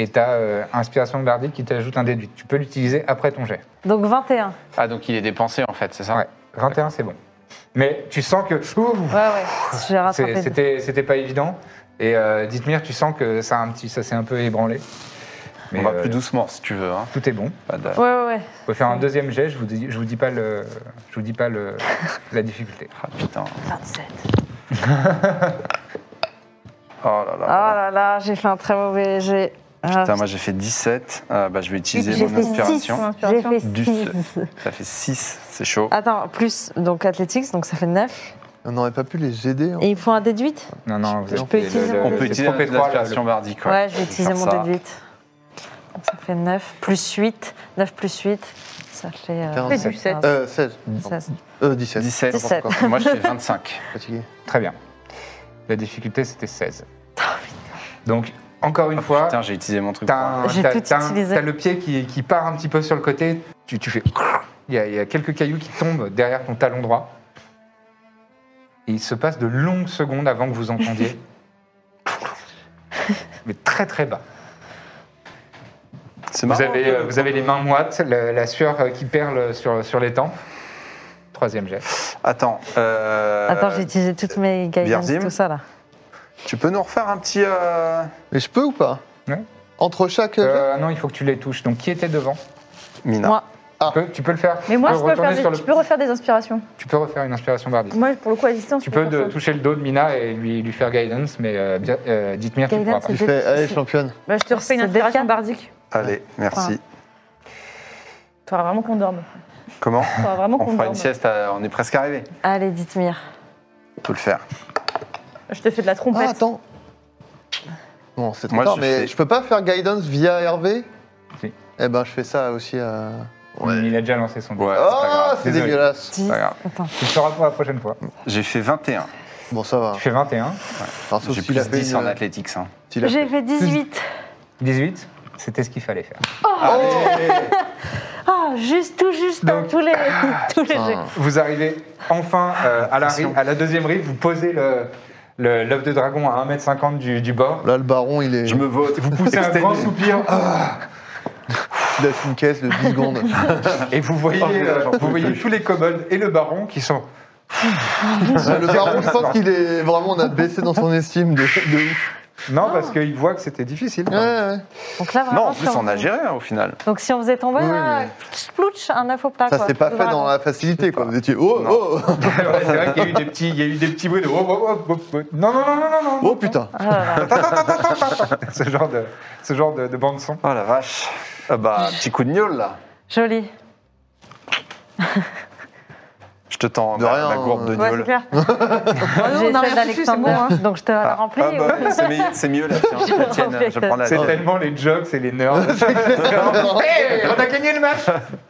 Speaker 1: Et tu as Inspiration Bardique qui t'ajoute un dé de 8. Tu peux l'utiliser après ton jet.
Speaker 7: *laughs* Donc 21.
Speaker 3: Ah donc il est dépensé en fait, c'est ça
Speaker 1: Ouais, 21, c'est bon. Mais tu sens que. Ouh,
Speaker 7: Ouais, ouais. J'ai rattrapé.
Speaker 1: C'est-
Speaker 7: deux.
Speaker 1: C'était c'était pas évident. Et euh, Dithmir, tu sens que ça, a un petit, ça s'est un peu ébranlé. Mais
Speaker 3: On va
Speaker 1: euh,
Speaker 3: plus doucement si tu veux. Hein.
Speaker 1: tout est bon.
Speaker 3: Pas de-
Speaker 4: Oh.
Speaker 7: Ouais, ouais, ouais.
Speaker 1: Vous pouvez faire un deuxième jet, je vous dis, je vous dis pas, le, je vous dis pas le, la difficulté.
Speaker 3: Ah putain.
Speaker 4: 27.
Speaker 3: Oh là là.
Speaker 7: Oh
Speaker 4: Ah,
Speaker 7: là là, j'ai fait un très mauvais jet. Ah,
Speaker 3: Putain, moi j'ai fait 17. Ah, bah, je vais utiliser
Speaker 4: J'ai
Speaker 3: mon
Speaker 4: fait
Speaker 6: Mon
Speaker 3: inspiration.
Speaker 4: J'ai
Speaker 6: inspiration.
Speaker 4: fait
Speaker 3: Du
Speaker 4: 6.
Speaker 3: Ça fait 6, c'est
Speaker 4: Ah,
Speaker 3: chaud.
Speaker 7: Attends, plus donc Athletics, donc ça fait 9.
Speaker 2: On n'aurait pas pu les aider. hein.
Speaker 7: Et il faut un déduite
Speaker 1: Non, non, vous
Speaker 7: Je peux utiliser mon
Speaker 3: On peut
Speaker 7: c'est
Speaker 3: utiliser notre inspiration bardique.
Speaker 7: Ouais, je vais utiliser
Speaker 3: faire
Speaker 7: mon
Speaker 3: ça.
Speaker 7: déduite. Donc ça fait 9 plus 8. 9 plus 8, ça fait. euh,
Speaker 2: Quinze.
Speaker 6: Fais du sept.
Speaker 2: Euh, 16.
Speaker 7: 16.
Speaker 2: Euh, 17.
Speaker 3: 17.
Speaker 7: 17.
Speaker 3: Moi je fais 25.
Speaker 2: Fatigué.
Speaker 1: Très bien. La difficulté,
Speaker 7: *laughs*
Speaker 1: c'était 16.
Speaker 7: Oh,
Speaker 1: Donc, encore une fois,
Speaker 3: Putain, j'ai utilisé mon truc.
Speaker 1: t'as un-
Speaker 7: J'ai
Speaker 1: t'as-
Speaker 7: tout
Speaker 1: t'as un-
Speaker 7: utilisé.
Speaker 1: t'as le pied qui, qui part un petit peu sur le côté. Tu, tu fais. *laughs* Il y, a, il y a quelques cailloux qui tombent derrière ton talon droit. Et il se passe de longues secondes avant que
Speaker 7: *laughs*
Speaker 1: vous entendiez. Mais très très bas.
Speaker 3: C'est
Speaker 1: Vous
Speaker 3: marrant.
Speaker 1: avez, euh, vous avez les mains moites, la, la sueur euh, qui perle sur, sur les tempes. Troisième jet.
Speaker 3: Attends. euh,
Speaker 7: Attends, j'ai utilisé toutes mes guidance,
Speaker 3: Birzim
Speaker 7: tout ça là.
Speaker 3: Tu peux nous refaire un petit. euh,
Speaker 2: Mais je peux ou pas
Speaker 1: Ouais.
Speaker 2: Entre chaque.
Speaker 1: Euh, non, il faut que tu les touches. Donc, qui était devant
Speaker 3: Mina.
Speaker 7: Moi.
Speaker 2: Ah.
Speaker 1: tu, peux, tu peux le faire.
Speaker 6: Mais moi,
Speaker 1: tu
Speaker 6: je peux,
Speaker 1: retourner
Speaker 6: faire des,
Speaker 1: sur le-
Speaker 6: je peux refaire des inspirations.
Speaker 1: Tu peux refaire une inspiration bardique.
Speaker 6: Moi, pour le coup, à distance,
Speaker 1: Tu
Speaker 6: je
Speaker 1: peux de-
Speaker 6: faire ça.
Speaker 1: toucher le dos de Mina et lui, lui faire guidance, mais euh, bien- euh, dites-moi tu
Speaker 7: Guidance,
Speaker 1: pourras pas.
Speaker 2: Tu
Speaker 7: c'est-
Speaker 2: fais. Allez, championne.
Speaker 6: Bah, je te refais une
Speaker 7: C'est des
Speaker 6: inspiration
Speaker 7: quatre.
Speaker 6: bardique.
Speaker 3: Allez, merci.
Speaker 6: Faudra vraiment qu'on dorme.
Speaker 3: Comment
Speaker 6: Faudra vraiment
Speaker 3: On
Speaker 6: qu'on
Speaker 3: fera
Speaker 6: dorme.
Speaker 3: une sieste, euh, on est presque arrivé.
Speaker 7: Allez, dites-moi.
Speaker 3: On peut le faire.
Speaker 6: Je te fais de la
Speaker 2: Ah,
Speaker 6: trompette.
Speaker 2: attends. Bon, c'est trop
Speaker 3: Moi,
Speaker 2: tard,
Speaker 3: je
Speaker 2: mais
Speaker 3: fais-
Speaker 2: je peux pas faire guidance via Hervé
Speaker 1: Si.
Speaker 2: Eh ben, je fais ça aussi à.
Speaker 1: Il a déjà lancé son dé.
Speaker 3: Ouais, Ah, c'est pas
Speaker 2: Oh,
Speaker 3: grave.
Speaker 2: c'est
Speaker 1: Désolé.
Speaker 2: dégueulasse.
Speaker 7: Dix.
Speaker 3: pas grave.
Speaker 7: Attends.
Speaker 1: Tu le sauras pour la prochaine fois.
Speaker 3: J'ai fait 21.
Speaker 2: Bon, ça va.
Speaker 1: Tu fais 21,
Speaker 2: Enfin, sauf
Speaker 3: J'ai
Speaker 2: s'il a
Speaker 3: plus
Speaker 2: fait
Speaker 3: 10
Speaker 2: une- euh,
Speaker 3: en athlétiques. hein.
Speaker 2: s'il a fait-
Speaker 7: J'ai fait 18.
Speaker 1: 18, c'était ce qu'il fallait faire.
Speaker 6: Oh.
Speaker 7: Ah, juste, tout juste dans
Speaker 1: Donc-
Speaker 7: tous les, *laughs* tous les jeux.
Speaker 1: Vous arrivez enfin euh, à, la, rive- à la deuxième rive, vous posez le le- l'œuf de dragon à 1m50 du, du bord.
Speaker 2: Là, le baron, il est.
Speaker 3: Je me vote. Ah.
Speaker 1: Vous poussez un grand soupir
Speaker 2: Il lâche une caisse
Speaker 7: *laughs*
Speaker 2: de 10 secondes.
Speaker 1: et vous voyez, euh,
Speaker 3: Oh, j'en peux
Speaker 1: vous voyez tous les kobolds et le baron qui sont
Speaker 2: le baron, je pense qu'il est vraiment, on a baissé dans son estime de, de ouf.
Speaker 1: Non,
Speaker 6: Oh.
Speaker 1: parce qu'ils voient que c'était difficile.
Speaker 3: Ah.
Speaker 2: Ouais, ouais.
Speaker 7: Donc là, vraiment.
Speaker 3: Non, en plus,
Speaker 7: si
Speaker 3: on a géré hein, au final.
Speaker 7: Donc si on faisait tomber,
Speaker 2: Oui,
Speaker 7: là,
Speaker 2: mais-
Speaker 7: splouch, un œuf au plat.
Speaker 2: Ça
Speaker 7: quoi.
Speaker 2: s'est pas fait dans
Speaker 7: Voilà.
Speaker 2: la facilité, quoi. Vous étiez. Oh, oh,
Speaker 1: Ouais, c'est vrai qu'il y a eu des petits, il y a eu des petits bruits de hop, hop, hop, hop, hop. non non non non non non.
Speaker 2: oh putain.
Speaker 7: Ah là là.
Speaker 1: ce genre de ce genre de, bande son.
Speaker 3: Oh la vache. Ah bah, petit coup de gnôle là.
Speaker 7: Joli.
Speaker 3: Je te tends
Speaker 2: De
Speaker 3: ma-
Speaker 2: rien,
Speaker 3: ma gourde de
Speaker 2: euh,
Speaker 7: gnôle.
Speaker 3: gnôle.
Speaker 7: Ouais, c'est clair. Ah,
Speaker 6: nous,
Speaker 7: J'ai
Speaker 6: on a
Speaker 7: celle
Speaker 6: rien foutu, c'est bon,
Speaker 7: d'Alexandre, hein. donc je te la remplis.
Speaker 3: Ah
Speaker 7: ou-
Speaker 3: bah, c'est meille- c'est mieux la
Speaker 6: *laughs*
Speaker 3: tienne. Je la tienne, je prends la
Speaker 1: C'est
Speaker 3: tienne.
Speaker 1: tellement les jokes et les
Speaker 3: *laughs*
Speaker 1: nerds. Hey, on a gagné le match.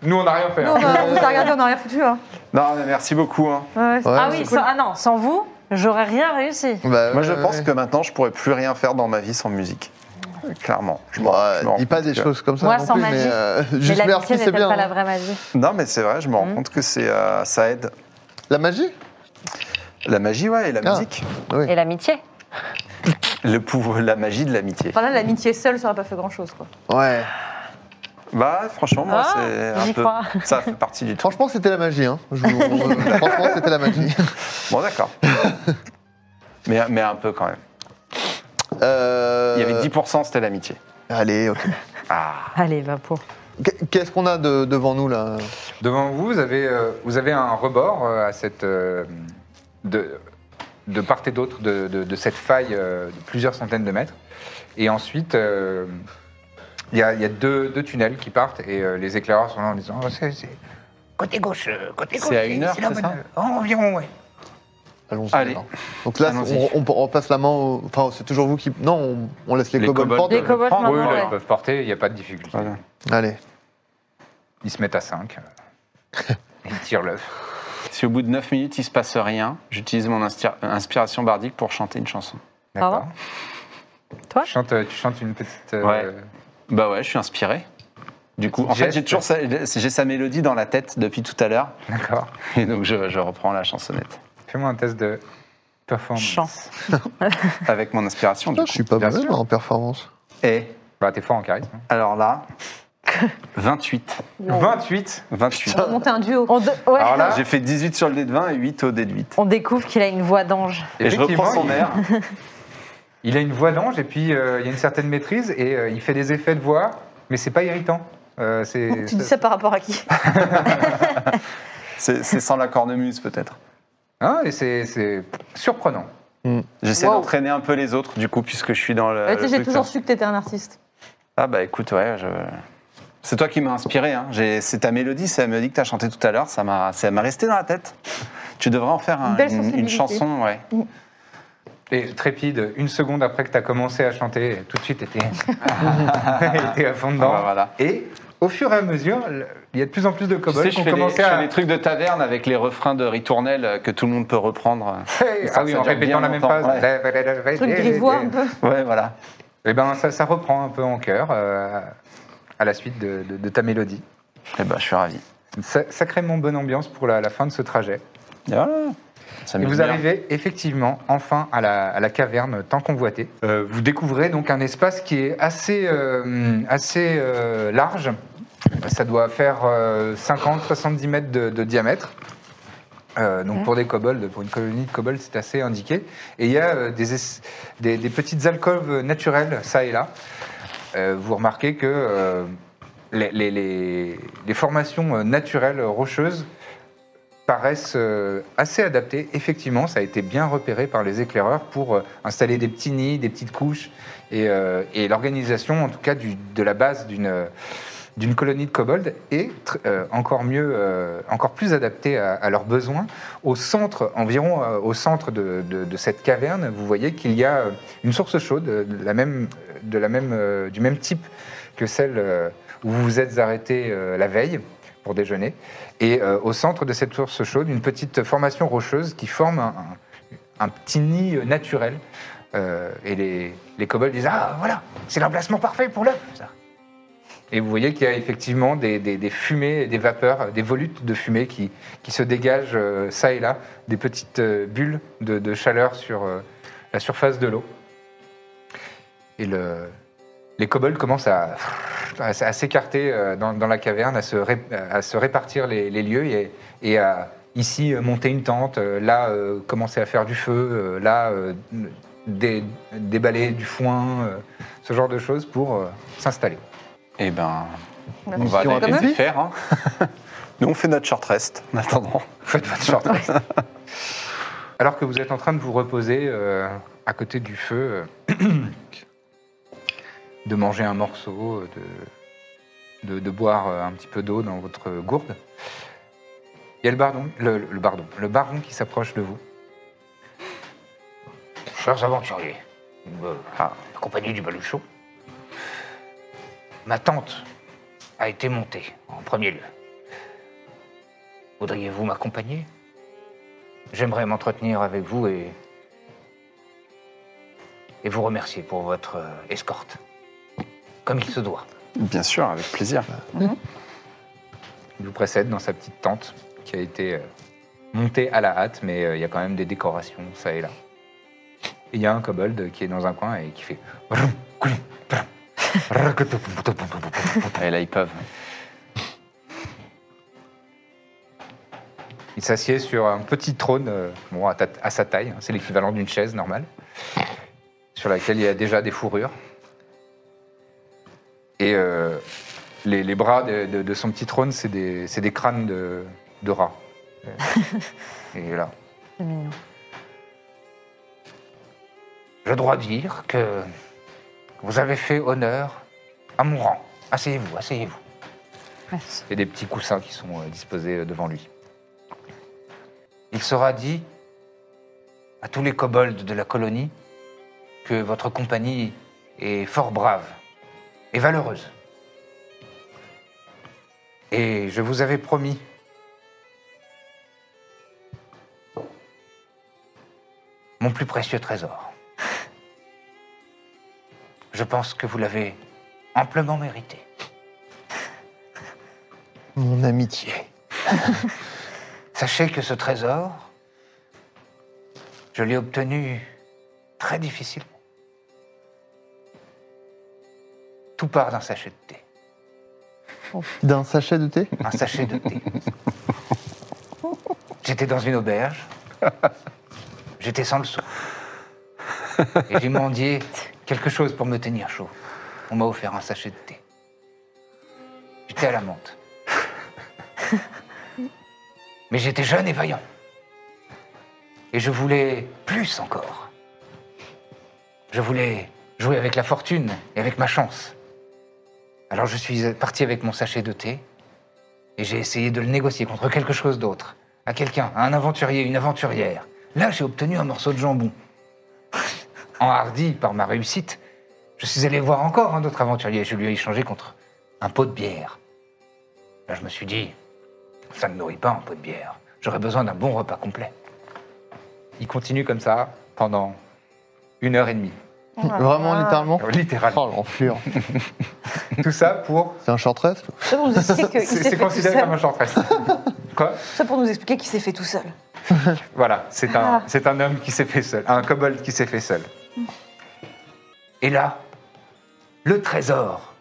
Speaker 1: Nous on n'a rien fait.
Speaker 6: Nous, on a- on vous a regardé, on n'a rien foutu. Hein.
Speaker 3: Non, mais merci beaucoup. hein.
Speaker 6: Ouais, ouais, c'est-
Speaker 2: Ouais, Bah,
Speaker 7: Ah oui, sans- ah non, sans vous, J'aurais rien réussi.
Speaker 2: Euh,
Speaker 3: Moi, je pense que maintenant, je pourrais plus rien faire dans ma vie sans musique. Clairement. Je m'en- je m'en
Speaker 2: Dis
Speaker 3: rends
Speaker 2: pas
Speaker 3: compte
Speaker 2: Bah, des
Speaker 3: que-
Speaker 2: choses comme ça.
Speaker 7: Moi,
Speaker 2: non
Speaker 7: sans
Speaker 2: plus,
Speaker 7: magie.
Speaker 2: Mais, euh,
Speaker 7: Mais
Speaker 2: juste
Speaker 7: l'amitié
Speaker 2: merci,
Speaker 7: n'est
Speaker 2: c'est
Speaker 7: peut-être
Speaker 2: bien. hein.
Speaker 7: pas la vraie magie.
Speaker 3: Non, mais c'est vrai, je me
Speaker 6: Mhm.
Speaker 3: rends compte que c'est, euh, ça aide.
Speaker 2: La magie
Speaker 3: La magie, ouais, et
Speaker 2: Ah.
Speaker 3: la musique.
Speaker 7: Et l'amitié.
Speaker 3: Le pouvoir, la magie de l'amitié.
Speaker 6: Enfin là, Ah, l'amitié seule, ça aurait pas fait grand-chose, quoi.
Speaker 2: Ouais.
Speaker 3: Bah, franchement, moi,
Speaker 6: Ah,
Speaker 3: c'est un
Speaker 6: j'y
Speaker 3: peu.
Speaker 6: crois.
Speaker 3: Ça fait partie du truc.
Speaker 2: Franchement, c'était la magie. Hein. Je vous-
Speaker 3: *laughs*
Speaker 2: euh, franchement, c'était la magie. *laughs*
Speaker 3: Bon, d'accord. mais, mais un peu quand même.
Speaker 2: Euh,
Speaker 3: Il y avait 10%, c'était l'amitié.
Speaker 2: Allez, ok.
Speaker 3: Ah.
Speaker 7: Allez, va pour.
Speaker 2: Qu- Qu'est-ce qu'on a de- devant nous là
Speaker 1: Devant vous, vous avez, euh, vous avez un rebord euh, à cette, euh, de, de part et d'autre de, de- de cette faille euh, de plusieurs centaines de mètres. Et ensuite, euh, il y a, il y a deux, deux tunnels qui partent et euh, les éclaireurs sont là en disant Oh, c'est- c'est- Côté gauche, euh, côté gauche.
Speaker 3: C'est à une heure,
Speaker 1: la
Speaker 3: c'est
Speaker 1: bonne-
Speaker 3: ça
Speaker 1: Oh, Environ, oui.
Speaker 2: Allons-y.
Speaker 3: Allez.
Speaker 2: alors. Donc là,
Speaker 3: Allons-y.
Speaker 2: on, on- on passe la main. au- Enfin, c'est toujours vous qui. Non, on, on laisse les, kobolds porter.
Speaker 7: Les kobolds,
Speaker 3: prendre,
Speaker 7: maintenant,
Speaker 3: oui,
Speaker 7: ouais.
Speaker 1: Ils peuvent porter, il n'y a pas de difficulté.
Speaker 2: Allez.
Speaker 1: Ils se mettent à 5. Ils tirent l'œuf.
Speaker 3: Si au bout de 9 minutes, il se passe rien, j'utilise mon insti- inspiration bardique pour chanter une chanson.
Speaker 1: D'accord.
Speaker 7: Toi
Speaker 1: tu chantes, tu chantes une petite. euh,
Speaker 3: Ouais. Bah ouais, je suis inspiré. Du coup, en fait,
Speaker 1: Geste.
Speaker 3: j'ai toujours sa, j'ai sa mélodie dans la tête depuis tout à l'heure,
Speaker 1: D'accord.
Speaker 3: et donc je, je reprends la chansonnette
Speaker 1: Fais-moi un test de performance.
Speaker 7: Chance.
Speaker 3: avec mon inspiration.
Speaker 2: Ah,
Speaker 3: Du coup.
Speaker 2: je suis pas
Speaker 1: Bien
Speaker 2: mauvais
Speaker 1: sûr.
Speaker 2: moi, en performance.
Speaker 3: Et
Speaker 1: Bah, t'es fort en charisme.
Speaker 3: alors là, 28.
Speaker 1: 28
Speaker 3: 28.
Speaker 6: On va monter un duo.
Speaker 7: On, de- ouais.
Speaker 1: Alors là,
Speaker 3: J'ai fait 18 sur le dé de 20 et 8 au dé de 8.
Speaker 7: On découvre qu'il a une voix d'ange.
Speaker 3: Et je reprends son
Speaker 1: il-
Speaker 3: air.
Speaker 1: Il a une voix d'ange et puis euh, il y a une certaine maîtrise et euh, il fait des effets de voix, mais c'est pas irritant. Euh, c'est-
Speaker 6: *laughs* Tu dis ça par rapport à qui
Speaker 3: C'est c'est sans la cornemuse peut-être.
Speaker 1: Hein, et c'est c'est surprenant.
Speaker 3: J'essaie
Speaker 6: Wow.
Speaker 3: d'entraîner un peu les autres du coup puisque je suis dans le.
Speaker 6: Ouais, tu
Speaker 3: le
Speaker 6: sais, J'ai
Speaker 3: truc,
Speaker 6: toujours
Speaker 3: là.
Speaker 6: su que t'étais un artiste.
Speaker 3: Ah bah écoute ouais. je- C'est toi qui m'as inspiré. Hein. J'ai- C'est ta mélodie, c'est la mélodie que t'as chantée tout à l'heure. Ça m'a, ça m'a resté dans la tête. Tu devrais en faire un-
Speaker 6: Une belle
Speaker 3: une, une
Speaker 6: sensibilité.
Speaker 3: chanson, ouais.
Speaker 1: Et trépide, une seconde après que tu as commencé à chanter, tout de suite, *laughs* t'étais étais à fond dedans.
Speaker 3: Ah bah voilà.
Speaker 1: Et au fur et à mesure, le- il y a de plus en plus de
Speaker 3: Tu sais,
Speaker 1: kobolds qui
Speaker 3: je
Speaker 1: ont
Speaker 3: fais, des, je
Speaker 1: commencé
Speaker 3: fais
Speaker 1: à.
Speaker 3: des trucs de taverne avec les refrains de ritournelle euh, que tout le monde peut *laughs* reprendre.
Speaker 1: Hey,
Speaker 3: Et
Speaker 1: *laughs*
Speaker 3: ça,
Speaker 1: ah oui,
Speaker 3: ça
Speaker 1: en
Speaker 3: dure bien
Speaker 1: répétant la même
Speaker 3: longtemps,
Speaker 1: phrase.
Speaker 3: Ouais,
Speaker 6: Truc grivois un peu.
Speaker 3: Ouais, voilà.
Speaker 1: Et ben, ça, ça reprend un peu en chœur euh, à la suite de- de- de ta mélodie.
Speaker 3: Eh ben, je suis ravi.
Speaker 1: Une sa- Sacrément bonne ambiance pour la, la fin de ce trajet.
Speaker 3: Et voilà. Ça
Speaker 1: Et
Speaker 3: m'aide
Speaker 1: vous
Speaker 3: bien.
Speaker 1: arrivez effectivement enfin à la, à la caverne tant convoitée. Euh, vous découvrez donc un espace qui est assez, euh, assez euh, large. Ça doit faire 50-70 mètres de, de diamètre. Euh, donc pour des kobolds, pour une colonie de kobolds, c'est assez indiqué. Et il y a euh, des, es- des- des petites alcôves naturelles, ça et là. Euh, vous remarquez que euh, les, les- les- les formations euh, naturelles rocheuses paraissent euh, assez adaptées. Effectivement, ça a été bien repéré par les éclaireurs pour euh, installer des petits nids, des petites couches, et, euh, et l'organisation, en tout cas, du- de la base d'une euh, d'une colonie de kobolds est tr- euh, encore mieux, euh, encore plus adaptée à, à leurs besoins. Au centre, environ euh, au centre de, de- de cette caverne, vous voyez qu'il y a euh, une source chaude, euh, de la même, de la même, euh, du même type que celle euh, où vous vous êtes arrêté euh, la veille pour déjeuner. Et euh, au centre de cette source chaude, une petite formation rocheuse qui forme un, un- un petit nid euh, naturel. Euh, et les, les kobolds disent Ah, voilà, c'est l'emplacement parfait pour l'œuf, ça. Et vous voyez qu'il y a effectivement des, des- des fumées, et des vapeurs, des volutes de fumée qui, qui se dégagent euh, ça et là, des petites euh, bulles de, de chaleur sur euh, la surface de l'eau. Et le- les kobolds commencent à, à, s- à s'écarter euh, dans, dans la caverne, à se, ré- à se répartir les, les lieux et, et à ici euh, monter une tente, euh, là euh, commencer à faire du feu, euh, là euh, dé- déballer du foin, euh, ce genre de choses pour euh, s'installer.
Speaker 3: Eh ben,
Speaker 6: La
Speaker 3: on va
Speaker 2: on
Speaker 3: aller
Speaker 2: raconte
Speaker 3: les
Speaker 2: vie.
Speaker 3: faire. *laughs* hein. Nous, on fait notre short rest en attendant.
Speaker 1: Faites votre short rest. Alors que vous êtes en train de vous reposer euh, à côté du feu, euh, *coughs* de manger un morceau, euh, de, de, de boire euh, un petit peu d'eau dans votre gourde, il y a le baron, le, le baron, le baron qui s'approche de vous. Chers aventuriers, euh,
Speaker 3: Ah.
Speaker 1: accompagné du baluchon, ma tente a été montée en premier lieu. Voudriez-vous m'accompagner
Speaker 8: J'aimerais m'entretenir avec vous et. et vous remercier pour votre euh, escorte. Comme il se doit.
Speaker 3: Bien sûr, avec plaisir.
Speaker 1: Il vous précède dans sa petite tente qui a été euh, montée à la hâte, mais euh, il y a quand même des décorations, ça et là. Et Il y a un kobold qui est dans un coin et qui fait.
Speaker 3: *laughs* Et là, ils peuvent.
Speaker 1: Il s'assied sur un petit trône euh, bon, à, ta- à sa taille, hein, c'est l'équivalent d'une chaise normale, sur laquelle il y a déjà des fourrures. Et euh, les, les bras de, de- de son petit trône, c'est des, c'est des crânes de,
Speaker 7: *laughs*
Speaker 1: de rats. Euh, Et là.
Speaker 7: C'est mignon.
Speaker 8: Je dois dire que vous avez fait honneur à mon rang. Asseyez-vous, asseyez-vous.
Speaker 1: Et des petits coussins qui sont euh, disposés euh, devant lui.
Speaker 8: Il sera dit à tous les kobolds de la colonie que votre compagnie est fort brave et valeureuse. Et je vous avais promis mon plus précieux trésor. Je pense que vous l'avez amplement mérité.
Speaker 2: Mon amitié.
Speaker 8: Sachez que ce trésor, je l'ai obtenu très difficilement. Tout part d'un sachet de thé.
Speaker 2: D'un sachet de thé
Speaker 8: Un sachet de thé. J'étais dans une auberge. J'étais sans le sou. Et j'ai mendié quelque chose pour me tenir chaud. On m'a offert un sachet de thé. Du thé à la menthe. Mais j'étais jeune et vaillant. Et je voulais plus encore. Je voulais jouer avec la fortune et avec ma chance. Alors je suis parti avec mon sachet de thé et j'ai essayé de le négocier contre quelque chose d'autre. À quelqu'un, à un aventurier, une aventurière. Là, j'ai obtenu un morceau de jambon. *laughs* Enhardi par ma réussite, je suis allé voir encore un autre aventurier. Je lui ai échangé contre un pot de bière. Là, je me suis dit, ça ne nourrit pas un pot de bière. J'aurais besoin d'un bon repas complet.
Speaker 1: Il continue comme ça pendant une heure et demie.
Speaker 7: Oh
Speaker 2: Vraiment,
Speaker 3: Ah
Speaker 2: littéralement
Speaker 1: Littéralement.
Speaker 2: Oh, l'enflure.
Speaker 1: Tout ça pour.
Speaker 2: C'est un short rest
Speaker 6: Ça pour nous expliquer qu'il
Speaker 1: C'est
Speaker 6: s'est Oh. fait
Speaker 1: c'est
Speaker 6: tout
Speaker 1: considéré
Speaker 6: seul.
Speaker 1: comme un short
Speaker 6: *laughs*
Speaker 1: rest. Quoi
Speaker 6: Ça pour nous expliquer qu'il s'est fait tout seul.
Speaker 1: Voilà, c'est un,
Speaker 6: Ah.
Speaker 1: c'est un homme qui s'est fait seul, un kobold qui s'est fait seul.
Speaker 8: Et là, le trésor.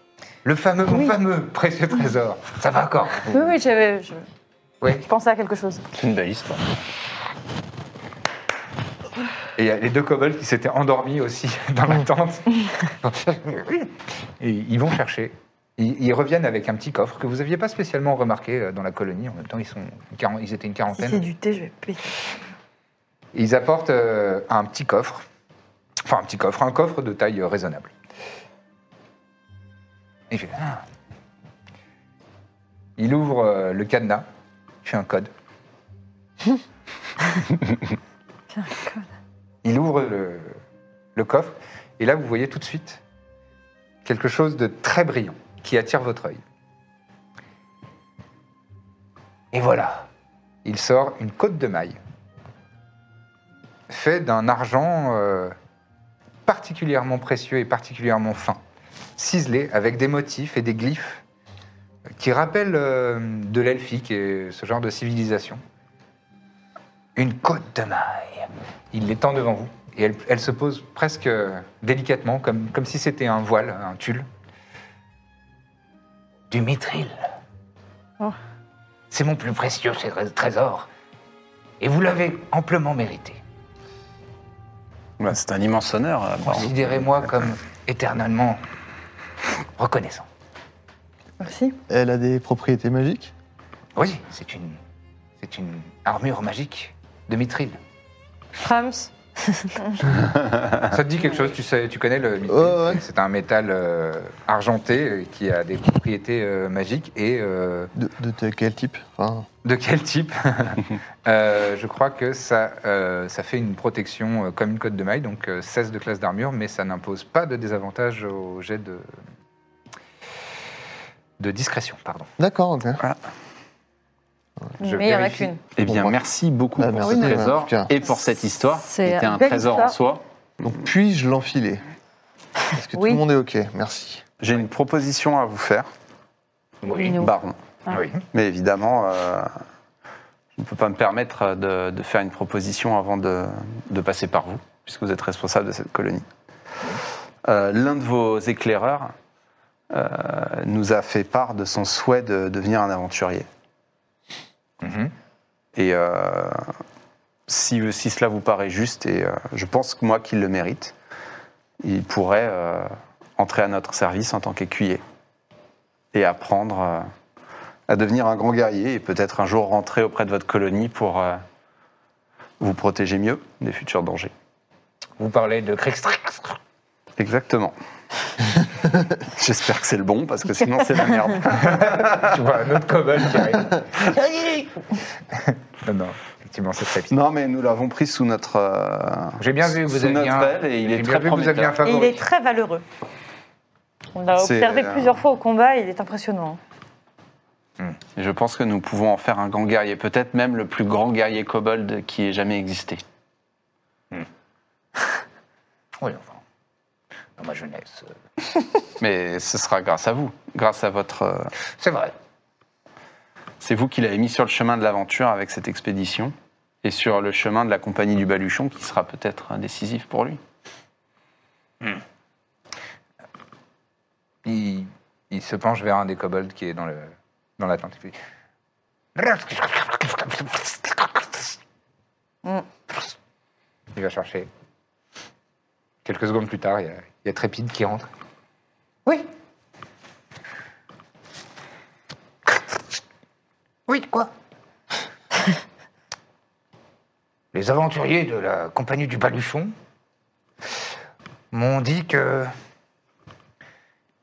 Speaker 8: Le fameux, mon fameux précieux trésor. Ça va encore
Speaker 7: Oui, oui, j'avais. Je...
Speaker 1: Oui.
Speaker 7: je pensais à quelque chose.
Speaker 3: C'est une daïste.
Speaker 1: Et il y a les deux kobolds qui s'étaient endormis aussi *laughs* dans la tente. Et ils vont chercher. Ils, ils reviennent avec un petit coffre que vous n'aviez pas spécialement remarqué euh, dans la colonie. En même temps, ils, sont une quaran- ils étaient une
Speaker 6: Si
Speaker 1: quarantaine.
Speaker 6: c'est du thé, je vais péter.
Speaker 1: Ils apportent euh, un petit coffre. Enfin, un petit coffre, un coffre de taille euh, raisonnable. Et il fait, Ah. Il ouvre euh, le cadenas, il fait un code. il ouvre le, le coffre, et là, vous voyez tout de suite quelque chose de très brillant qui attire votre œil. Et voilà, il sort une côte de maille fait d'un argent euh, particulièrement précieux et particulièrement fin, ciselé avec des motifs et des glyphes euh, qui rappellent euh, de l'elfique et ce genre de civilisation. Une côte de maille. Il l'étend devant vous et elle, elle se pose presque euh, délicatement, comme, comme si c'était un voile, un tulle.
Speaker 8: Du mithril.
Speaker 7: Oh.
Speaker 8: C'est mon plus précieux tré- trésor. Et vous l'avez amplement mérité.
Speaker 3: Bah, c'est un immense honneur. euh, pardon.
Speaker 8: Considérez-moi comme éternellement reconnaissant.
Speaker 6: Merci.
Speaker 2: Elle a des propriétés magiques
Speaker 8: Oui, c'est une, c'est une armure magique de mithril.
Speaker 7: Trumps.
Speaker 1: Ça te dit quelque chose Tu, sais, tu connais le mithril C'est un métal euh, argenté euh, qui a des propriétés euh, magiques et euh,
Speaker 2: de, de- de quel type Enfin,
Speaker 1: De quel type Euh, Je crois que ça, euh, ça fait une protection euh, comme une cote de maille, donc euh, 16 de classe d'armure, mais ça n'impose pas de désavantage au jet de, de discrétion. Pardon.
Speaker 2: D'accord, ok.
Speaker 3: Je
Speaker 9: Mais il y en a
Speaker 3: vérifie.
Speaker 9: qu'une.
Speaker 3: Eh bien, merci beaucoup
Speaker 2: Ah,
Speaker 3: pour
Speaker 2: merci,
Speaker 3: ce
Speaker 2: en
Speaker 3: trésor
Speaker 2: tout cas.
Speaker 3: et pour cette histoire.
Speaker 2: C'est
Speaker 3: C'était
Speaker 2: une
Speaker 3: un
Speaker 2: belle
Speaker 3: trésor en
Speaker 2: histoire.
Speaker 3: soi.
Speaker 2: Donc puis-je l'enfiler Est-ce que
Speaker 3: Oui.
Speaker 2: tout le monde est OK Merci.
Speaker 3: J'ai une proposition à vous faire,
Speaker 2: Oui.
Speaker 3: Baron.
Speaker 2: Ah. Oui.
Speaker 3: Mais évidemment, euh, je ne peux pas me permettre de, de faire une proposition avant de, de passer par vous, puisque vous êtes responsable de cette colonie. Euh, L'un de vos éclaireurs euh, nous a fait part de son souhait de devenir un aventurier.
Speaker 2: Mhm.
Speaker 3: Et euh, si, si cela vous paraît juste, et euh, je pense que moi qu'il le mérite, il pourrait euh, entrer à notre service en tant qu'écuyer et apprendre euh, à devenir un grand guerrier et peut-être un jour rentrer auprès de votre colonie pour euh, vous protéger mieux des futurs dangers.
Speaker 1: Vous parlez de Krextrix.
Speaker 3: Exactement. J'espère que c'est le bon parce que sinon c'est la merde.
Speaker 1: tu vois un autre kobold qui arrive. non, non, effectivement, c'est très
Speaker 3: Non, mais nous l'avons pris sous notre. euh,
Speaker 1: J'ai bien vu que vous
Speaker 3: sous
Speaker 1: aviez
Speaker 3: notre
Speaker 1: un-
Speaker 3: aile et il
Speaker 1: j'ai
Speaker 3: est
Speaker 1: bien
Speaker 3: très
Speaker 1: vu que vous aviez un
Speaker 3: prometteur.
Speaker 6: Et il est très valeureux. On l'a
Speaker 3: Ah, C'est,
Speaker 6: observé
Speaker 3: euh,
Speaker 6: plusieurs fois au combat, il est impressionnant. hein.
Speaker 3: Et Je pense que nous pouvons en faire un grand guerrier, peut-être même le plus grand guerrier kobold qui ait jamais existé.
Speaker 1: Oui, enfin. Dans ma jeunesse. euh,
Speaker 3: Mais ce sera grâce à vous, grâce à votre. euh,
Speaker 1: C'est vrai.
Speaker 3: C'est vous qui l'avez mis sur le chemin de l'aventure avec cette expédition et sur le chemin de la compagnie du Baluchon qui sera peut-être euh, décisif pour lui.
Speaker 1: Il, il se penche vers un des kobolds qui est dans, le, dans la tente. Il fait, Mm. Il va chercher. Quelques secondes plus tard, il y a, il y a Trépide qui rentre. Oui. Oui, quoi Les aventuriers de la compagnie du Baluchon m'ont dit que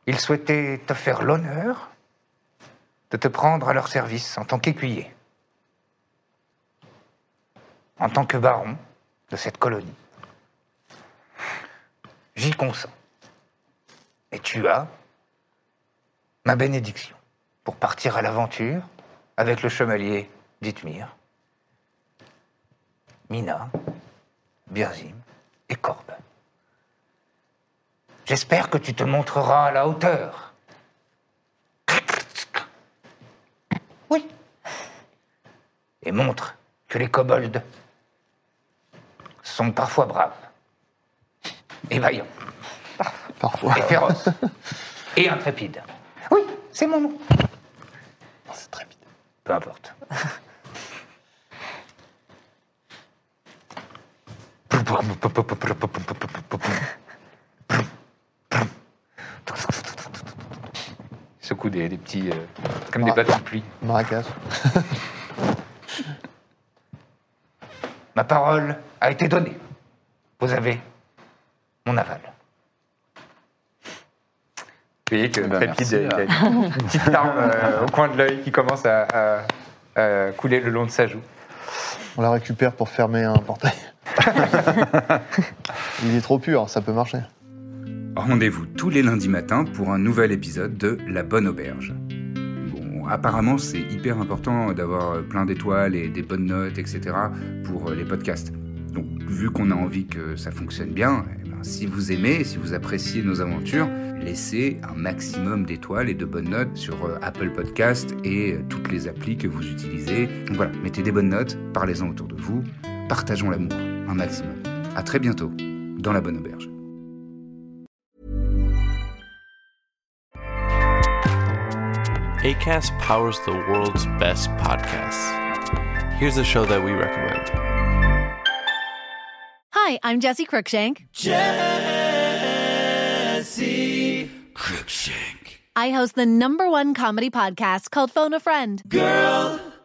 Speaker 1: ils souhaitaient te faire l'honneur de te prendre à leur service en tant qu'écuyer, en tant que baron de cette colonie. J'y consens. Et tu as ma bénédiction pour partir à l'aventure avec le chevalier Dithmir, Mina, Birzim et Corbe. J'espère que tu te montreras à la hauteur. Oui. Et montre que les kobolds sont parfois braves et vaillants.
Speaker 2: Parfois.
Speaker 1: Et féroces. *laughs* et intrépides. Oui, c'est mon nom. Oh,
Speaker 2: C'est très vite.
Speaker 1: Peu *laughs* importe. Secoue des, des petits. euh, comme des bâtons de pluie.
Speaker 2: Maracas.
Speaker 1: Ma parole a été donnée. Vous avez mon aval. Vous voyez que
Speaker 3: Eh ben,
Speaker 1: Trépide,
Speaker 3: merci,
Speaker 1: il a
Speaker 3: euh.
Speaker 1: une petite larme euh, au coin de l'œil qui commence à, à- à couler le long de sa joue.
Speaker 2: On la récupère pour fermer un portail. Il est trop pur, ça peut marcher.
Speaker 10: Rendez-vous tous les lundis matins pour un nouvel épisode de La Bonne Auberge. Bon, apparemment, c'est hyper important d'avoir plein d'étoiles et des bonnes notes, etc. pour euh, les podcasts. Donc, vu qu'on a envie que ça fonctionne bien, eh ben, si vous aimez, si vous appréciez nos aventures, laissez un maximum d'étoiles et de bonnes notes sur euh, Apple Podcast et euh, toutes les applis que vous utilisez. Donc voilà, mettez des bonnes notes, parlez-en autour de vous, partageons l'amour un maximum. À très bientôt dans La Bonne Auberge.
Speaker 11: ACAST powers the world's best podcasts. Here's a show that we recommend.
Speaker 4: Hi, I'm Jesse Cruikshank.
Speaker 12: Jesse Cruikshank.
Speaker 4: I host the number one comedy podcast called Phone a Friend.
Speaker 12: Girl,